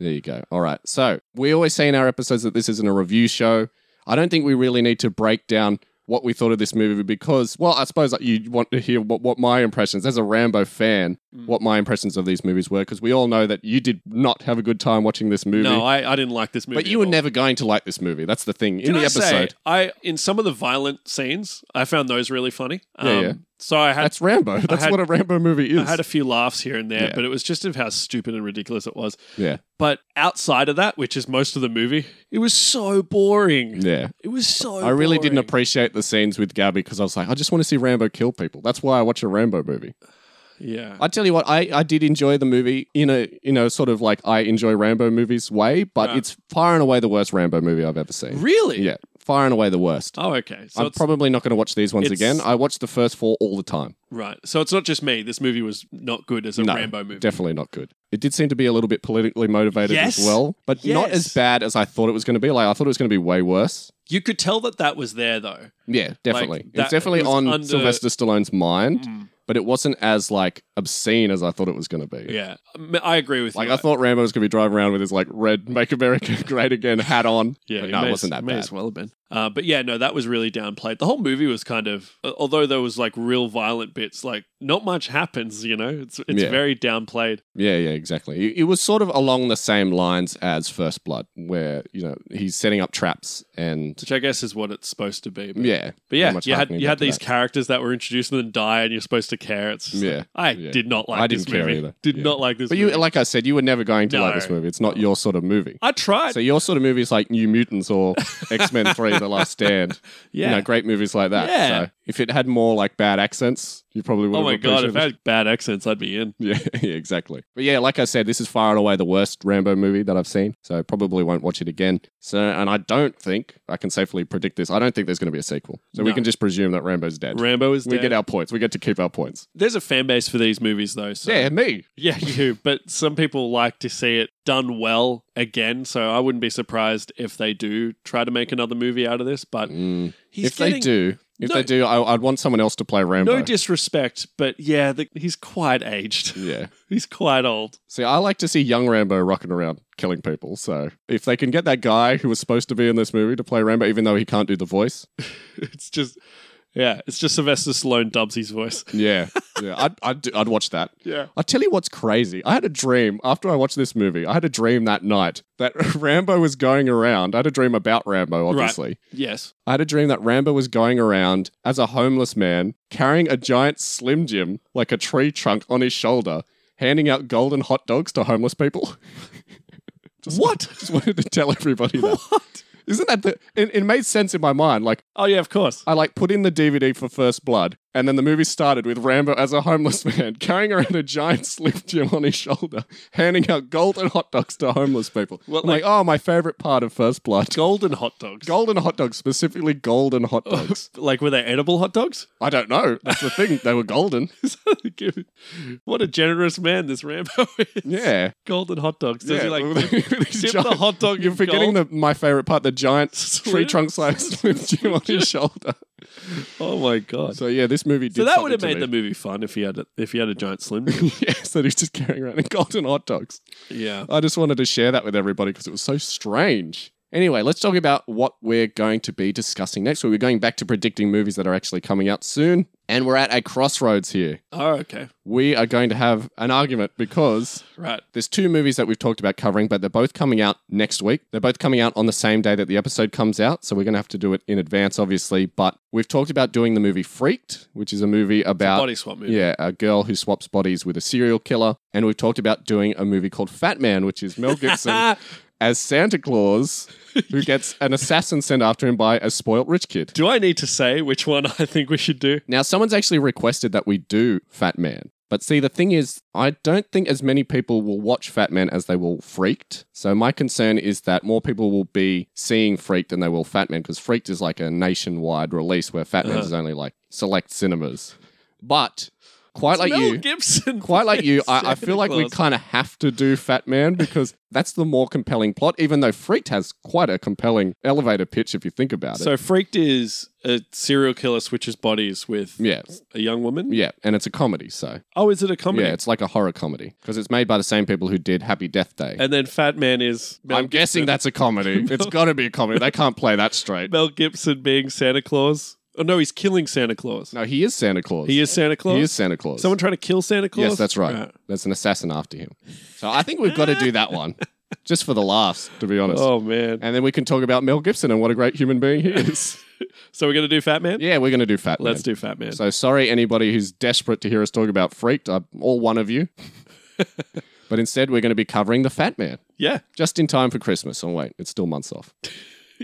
There you go. All right. So we always say in our episodes that this isn't a review show. I don't think we really need to break down what we thought of this movie because, well, I suppose you want to hear what, what my impressions, as a Rambo fan,
Mm.
what my impressions of these movies were because we all know that you did not have a good time watching this movie.
No, I, I didn't like this movie.
but you
at
were
all.
never going to like this movie. That's the thing. In
Can
the
I say,
episode,
I in some of the violent scenes, I found those really funny. Um,
Yeah, yeah.
So I had
that's Rambo. That's
had-
what a Rambo movie
I
is.
had a few laughs here and there,
Yeah.
but it was just of how stupid and ridiculous it was.
yeah.
But outside of that, which is most of the movie, it was so boring.
Yeah.
It was so.
I really didn't
boring.
appreciate the scenes with Gabby because I was like, I just want to see Rambo kill people. That's why I watch a Rambo movie.
Yeah.
I tell you what, I, I did enjoy the movie in a you know sort of like I enjoy Rambo movies way, but
Yeah.
it's far and away the worst Rambo movie I've ever seen.
really?
Yeah, far and away the worst.
Oh, okay. So
I'm
it's
probably not going to watch these ones
it's-
again. I watch the first four all the time.
right. So it's not just me. This movie was not good as a
No,
Rambo movie.
Definitely not good. It did seem to be a little bit politically motivated
Yes.
as well, but not
Yes.
as bad as I thought it was going to be. Like I thought it was going to be way worse.
you could tell that that was there though.
Yeah, definitely.
that-
it's definitely
it was
on
under-
Sylvester Stallone's mind,
Mm.
but it wasn't as like obscene as I thought it was going to be.
Yeah, I mean, I agree with
Like
you.
I thought Rambo was gonna be driving around with his like red "Make America Great Again" hat on.
Yeah,
but
it
no,
may
it
as-
wasn't that
may
bad.
as well have been. Uh, but yeah, no, that was really downplayed. The whole movie was kind of, uh, although there was like real violent bits, like not much happens. You know, it's it's
Yeah.
very downplayed.
Yeah, yeah, exactly. It, it was sort of along the same lines as First Blood, where you know he's setting up traps and
which I guess is what it's supposed to be. But,
yeah,
but
not
yeah,
much
you had
happening
you had
after
these
that.
characters that were introduced and then die, and you're supposed to care. It's just like-
Yeah,
I
yeah.
did not like
I
this
didn't care
movie.
either.
Did
Yeah.
not like this.
But you,
movie.
like I said, you were never going to like
No.
this movie. It's not your sort of movie.
I tried.
So your sort of movie is like New Mutants or X Men Three: The Last Stand.
yeah.
you know, great movies like that.
Yeah.
So if it had more like bad accents, you probably would.
oh
have
my god!
appreciated
If I had bad accents, I'd be in.
Yeah, yeah, exactly. But yeah, like I said, this is far and away the worst Rambo movie that I've seen, so I probably won't watch it again. So, and I don't think I can safely predict this. I don't think there's going to be a sequel, so we
No.
can just presume that Rambo's dead.
Rambo is
we
dead.
get our points. We get to keep our points.
There's a fan base for these movies though. So
Yeah, me.
Yeah, you. But some people like to see it done well again, so I wouldn't be surprised if they do try to make another movie out of this. But
Mm.
he's
If
getting
they do, if
No-
they do, I, I'd want someone else to play Rambo.
no disrespect, but yeah, the, he's quite aged.
yeah.
he's quite old.
See, I like to see young Rambo rocking around killing people. So if they can get that guy who was supposed to be in this movie to play Rambo, even though he can't do the voice,
It's just, yeah, it's just Sylvester Stallone dubs his voice.
yeah, yeah, I'd, I'd, do- I'd watch that.
Yeah.
I tell you what's crazy. I had a dream after I watched this movie. I had a dream that night that Rambo was going around. I had a dream about Rambo, obviously.
Yes.
I had a dream that Rambo was going around as a homeless man carrying a giant Slim Jim, like a tree trunk, on his shoulder, handing out golden hot dogs to homeless people.
what?
Just wanted to tell everybody that.
What?
Isn't that the. It, it made sense in my mind. Like,
Oh yeah, of course.
I like put in the DVD for First Blood, And then the movie started with Rambo as a homeless man carrying around a giant Slim Jim on his shoulder, handing out golden hot dogs to homeless people.
Well,
I'm like, oh, my favorite part of First Blood.
Golden hot dogs.
Golden hot dogs, specifically golden hot
Oh.
dogs.
like were they edible hot dogs?
I don't know. That's the thing. They were golden.
what a generous man this Rambo is.
Yeah.
Golden hot dogs. Does
yeah.
he like
With- with his
dip
giant-
the hot dog
You're
in
forgetting
gold?
the my favorite part, the giant tree trunk size Slim Jim on his shoulder.
Oh my god. So,
So yeah, this movie did
that would have
something
made
to
the
me.
movie fun if he had a, if he had a giant slim. Jim.
yeah, so he's just carrying around and golden hot dogs.
yeah.
I just wanted to share that with everybody because it was so strange. Anyway, let's talk about what we're going to be discussing next week. We're going back to predicting movies that are actually coming out soon, and we're at a crossroads here.
Oh okay.
We are going to have an argument because
Right.
there's two movies that we've talked about covering, but they're both coming out next week. They're both coming out on the same day that the episode comes out, so we're going to have to do it in advance, obviously. But we've talked about doing the movie Freaked, which is a movie about
Body swap movie.
yeah, a girl who swaps bodies with a serial killer. And we've talked about doing a movie called Fat Man, which is Mel
Uh,
Gibson as Santa Claus, who gets an assassin sent after him by a spoilt rich kid.
Do I need to say which one I think we should do?
Now, someone's actually requested that we do Fat Man. But see, the thing is, I don't think as many people will watch Fat Man as they will Freaked. So my concern is that more people will be seeing Freaked than they will Fat Man because Freaked is like a nationwide release where Fat
Uh-huh.
Man is only like select cinemas. But quite like
Mel
you,
Gibson.
quite like you, I, I
Santa
feel like we
Claus.
kind of have to do Fat Man because that's the more compelling plot, even though Freaked has quite a compelling elevator pitch if you think about it.
So Freaked is a serial killer switches bodies with
yeah,
a young woman.
yeah, and it's a comedy, so
Oh, is it a comedy?
yeah, it's like a horror comedy because it's made by the same people who did Happy Death Day.
And then Fat Man is Mel
I'm guessing that's a comedy. it's got to be a comedy. They can't play that straight.
Mel Gibson being Santa Claus. Oh no, he's killing Santa Claus.
No, he is Santa Claus.
He is Santa Claus.
He is Santa Claus.
Someone trying to kill Santa Claus.
Yes, that's right. There's an assassin after him. So I think we've got to do that one just for the laughs, to be honest.
Oh man.
And then we can talk about Mel Gibson and what a great human being he is.
So we're gonna do Fat Man.
yeah, we're going to do Fat
Let's do
Man.
Fat Man.
So sorry, anybody who's desperate to hear us talk about Freaked, uh, all one of you. but instead, we're going to be covering the Fat Man
yeah.
just in time for Christmas. Oh, wait, it's still months off.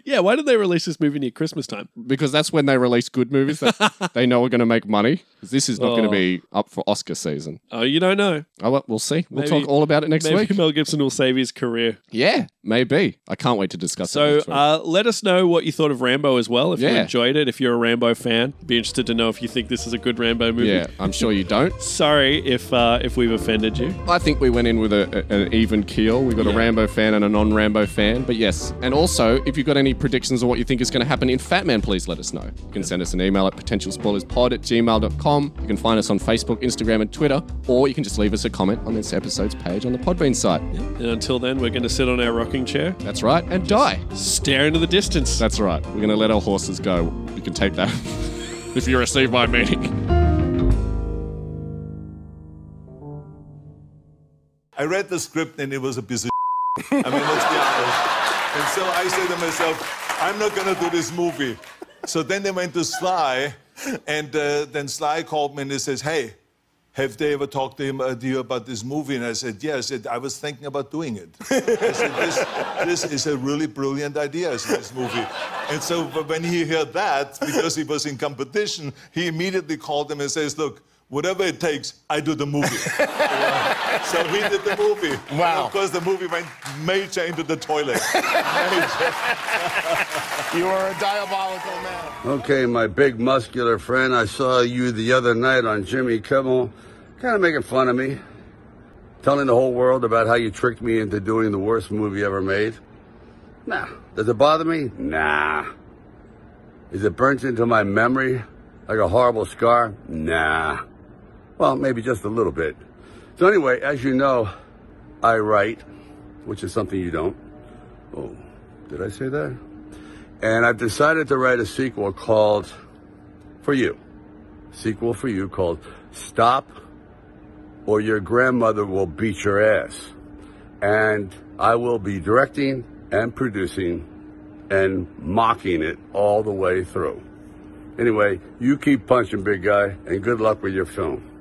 Yeah. Why did they release this movie near Christmas time?
Because that's when they release good movies that they know are going to make money. 'Cause This is not going to
Oh.
be up for Oscar season.
Oh, you don't know.
Oh, well, we'll see. We'll
Maybe-
talk all about it next
Maybe
week.
Mel Gibson will save his career.
Yeah, maybe. I can't wait to discuss it
So
next week.
uh, let us know what you thought of Rambo as well. If you
Yeah.
enjoyed it, if you're a Rambo fan, be interested to know if you think this is a good Rambo movie.
yeah, I'm sure you don't.
Sorry if uh, if we've offended you.
I think we went in with a, a- an even keel. We got a
Yeah.
Rambo fan and a non-Rambo fan, but yes. And also, if you've got any predictions of what you think is going to happen in Fat Man, please let us know. You can send us an email at potentialspoilerspod at gmail.com. You can find us on Facebook, Instagram, and Twitter, or you can just leave us a comment on this episode's page on the Podbean site.
And until then, we're going to sit on our rocking chair,
That's right, and die.
stare into the distance.
That's right. We're going to let our horses go. You can take that if you receive my meaning.
I read the script and it was a piece of I mean, let's be honest. And so I said to myself, I'm not going to do this movie. So then they went to Sly, and uh, then Sly called me and he says, Hey, have they ever talked to, him, uh, to you about this movie? And I said, Yeah. I said, I was thinking about doing it. I said, this, this is a really brilliant idea, I said, this movie. And so but when he heard that, because he was in competition, he immediately called him and says, Look, whatever it takes, I do the movie. So we did the movie.
Wow.
And of course, the movie went major into the toilet.
You are a diabolical man.
Okay, my big muscular friend, I saw you the other night on Jimmy Kimmel, kind of making fun of me, telling the whole world about how you tricked me into doing the worst movie ever made. Nah. Does it bother me? Nah. Is it burnt into my memory like a horrible scar? Nah. Well, maybe just a little bit. So, anyway, as you know, I write, which is something you don't. Oh, did I say that? And I've decided to write a sequel called For You. Sequel for You called Stop or Your Grandmother Will Beat Your Ass. And I will be directing and producing and mocking it all the way through. Anyway, you keep punching, big guy, and good luck with your film.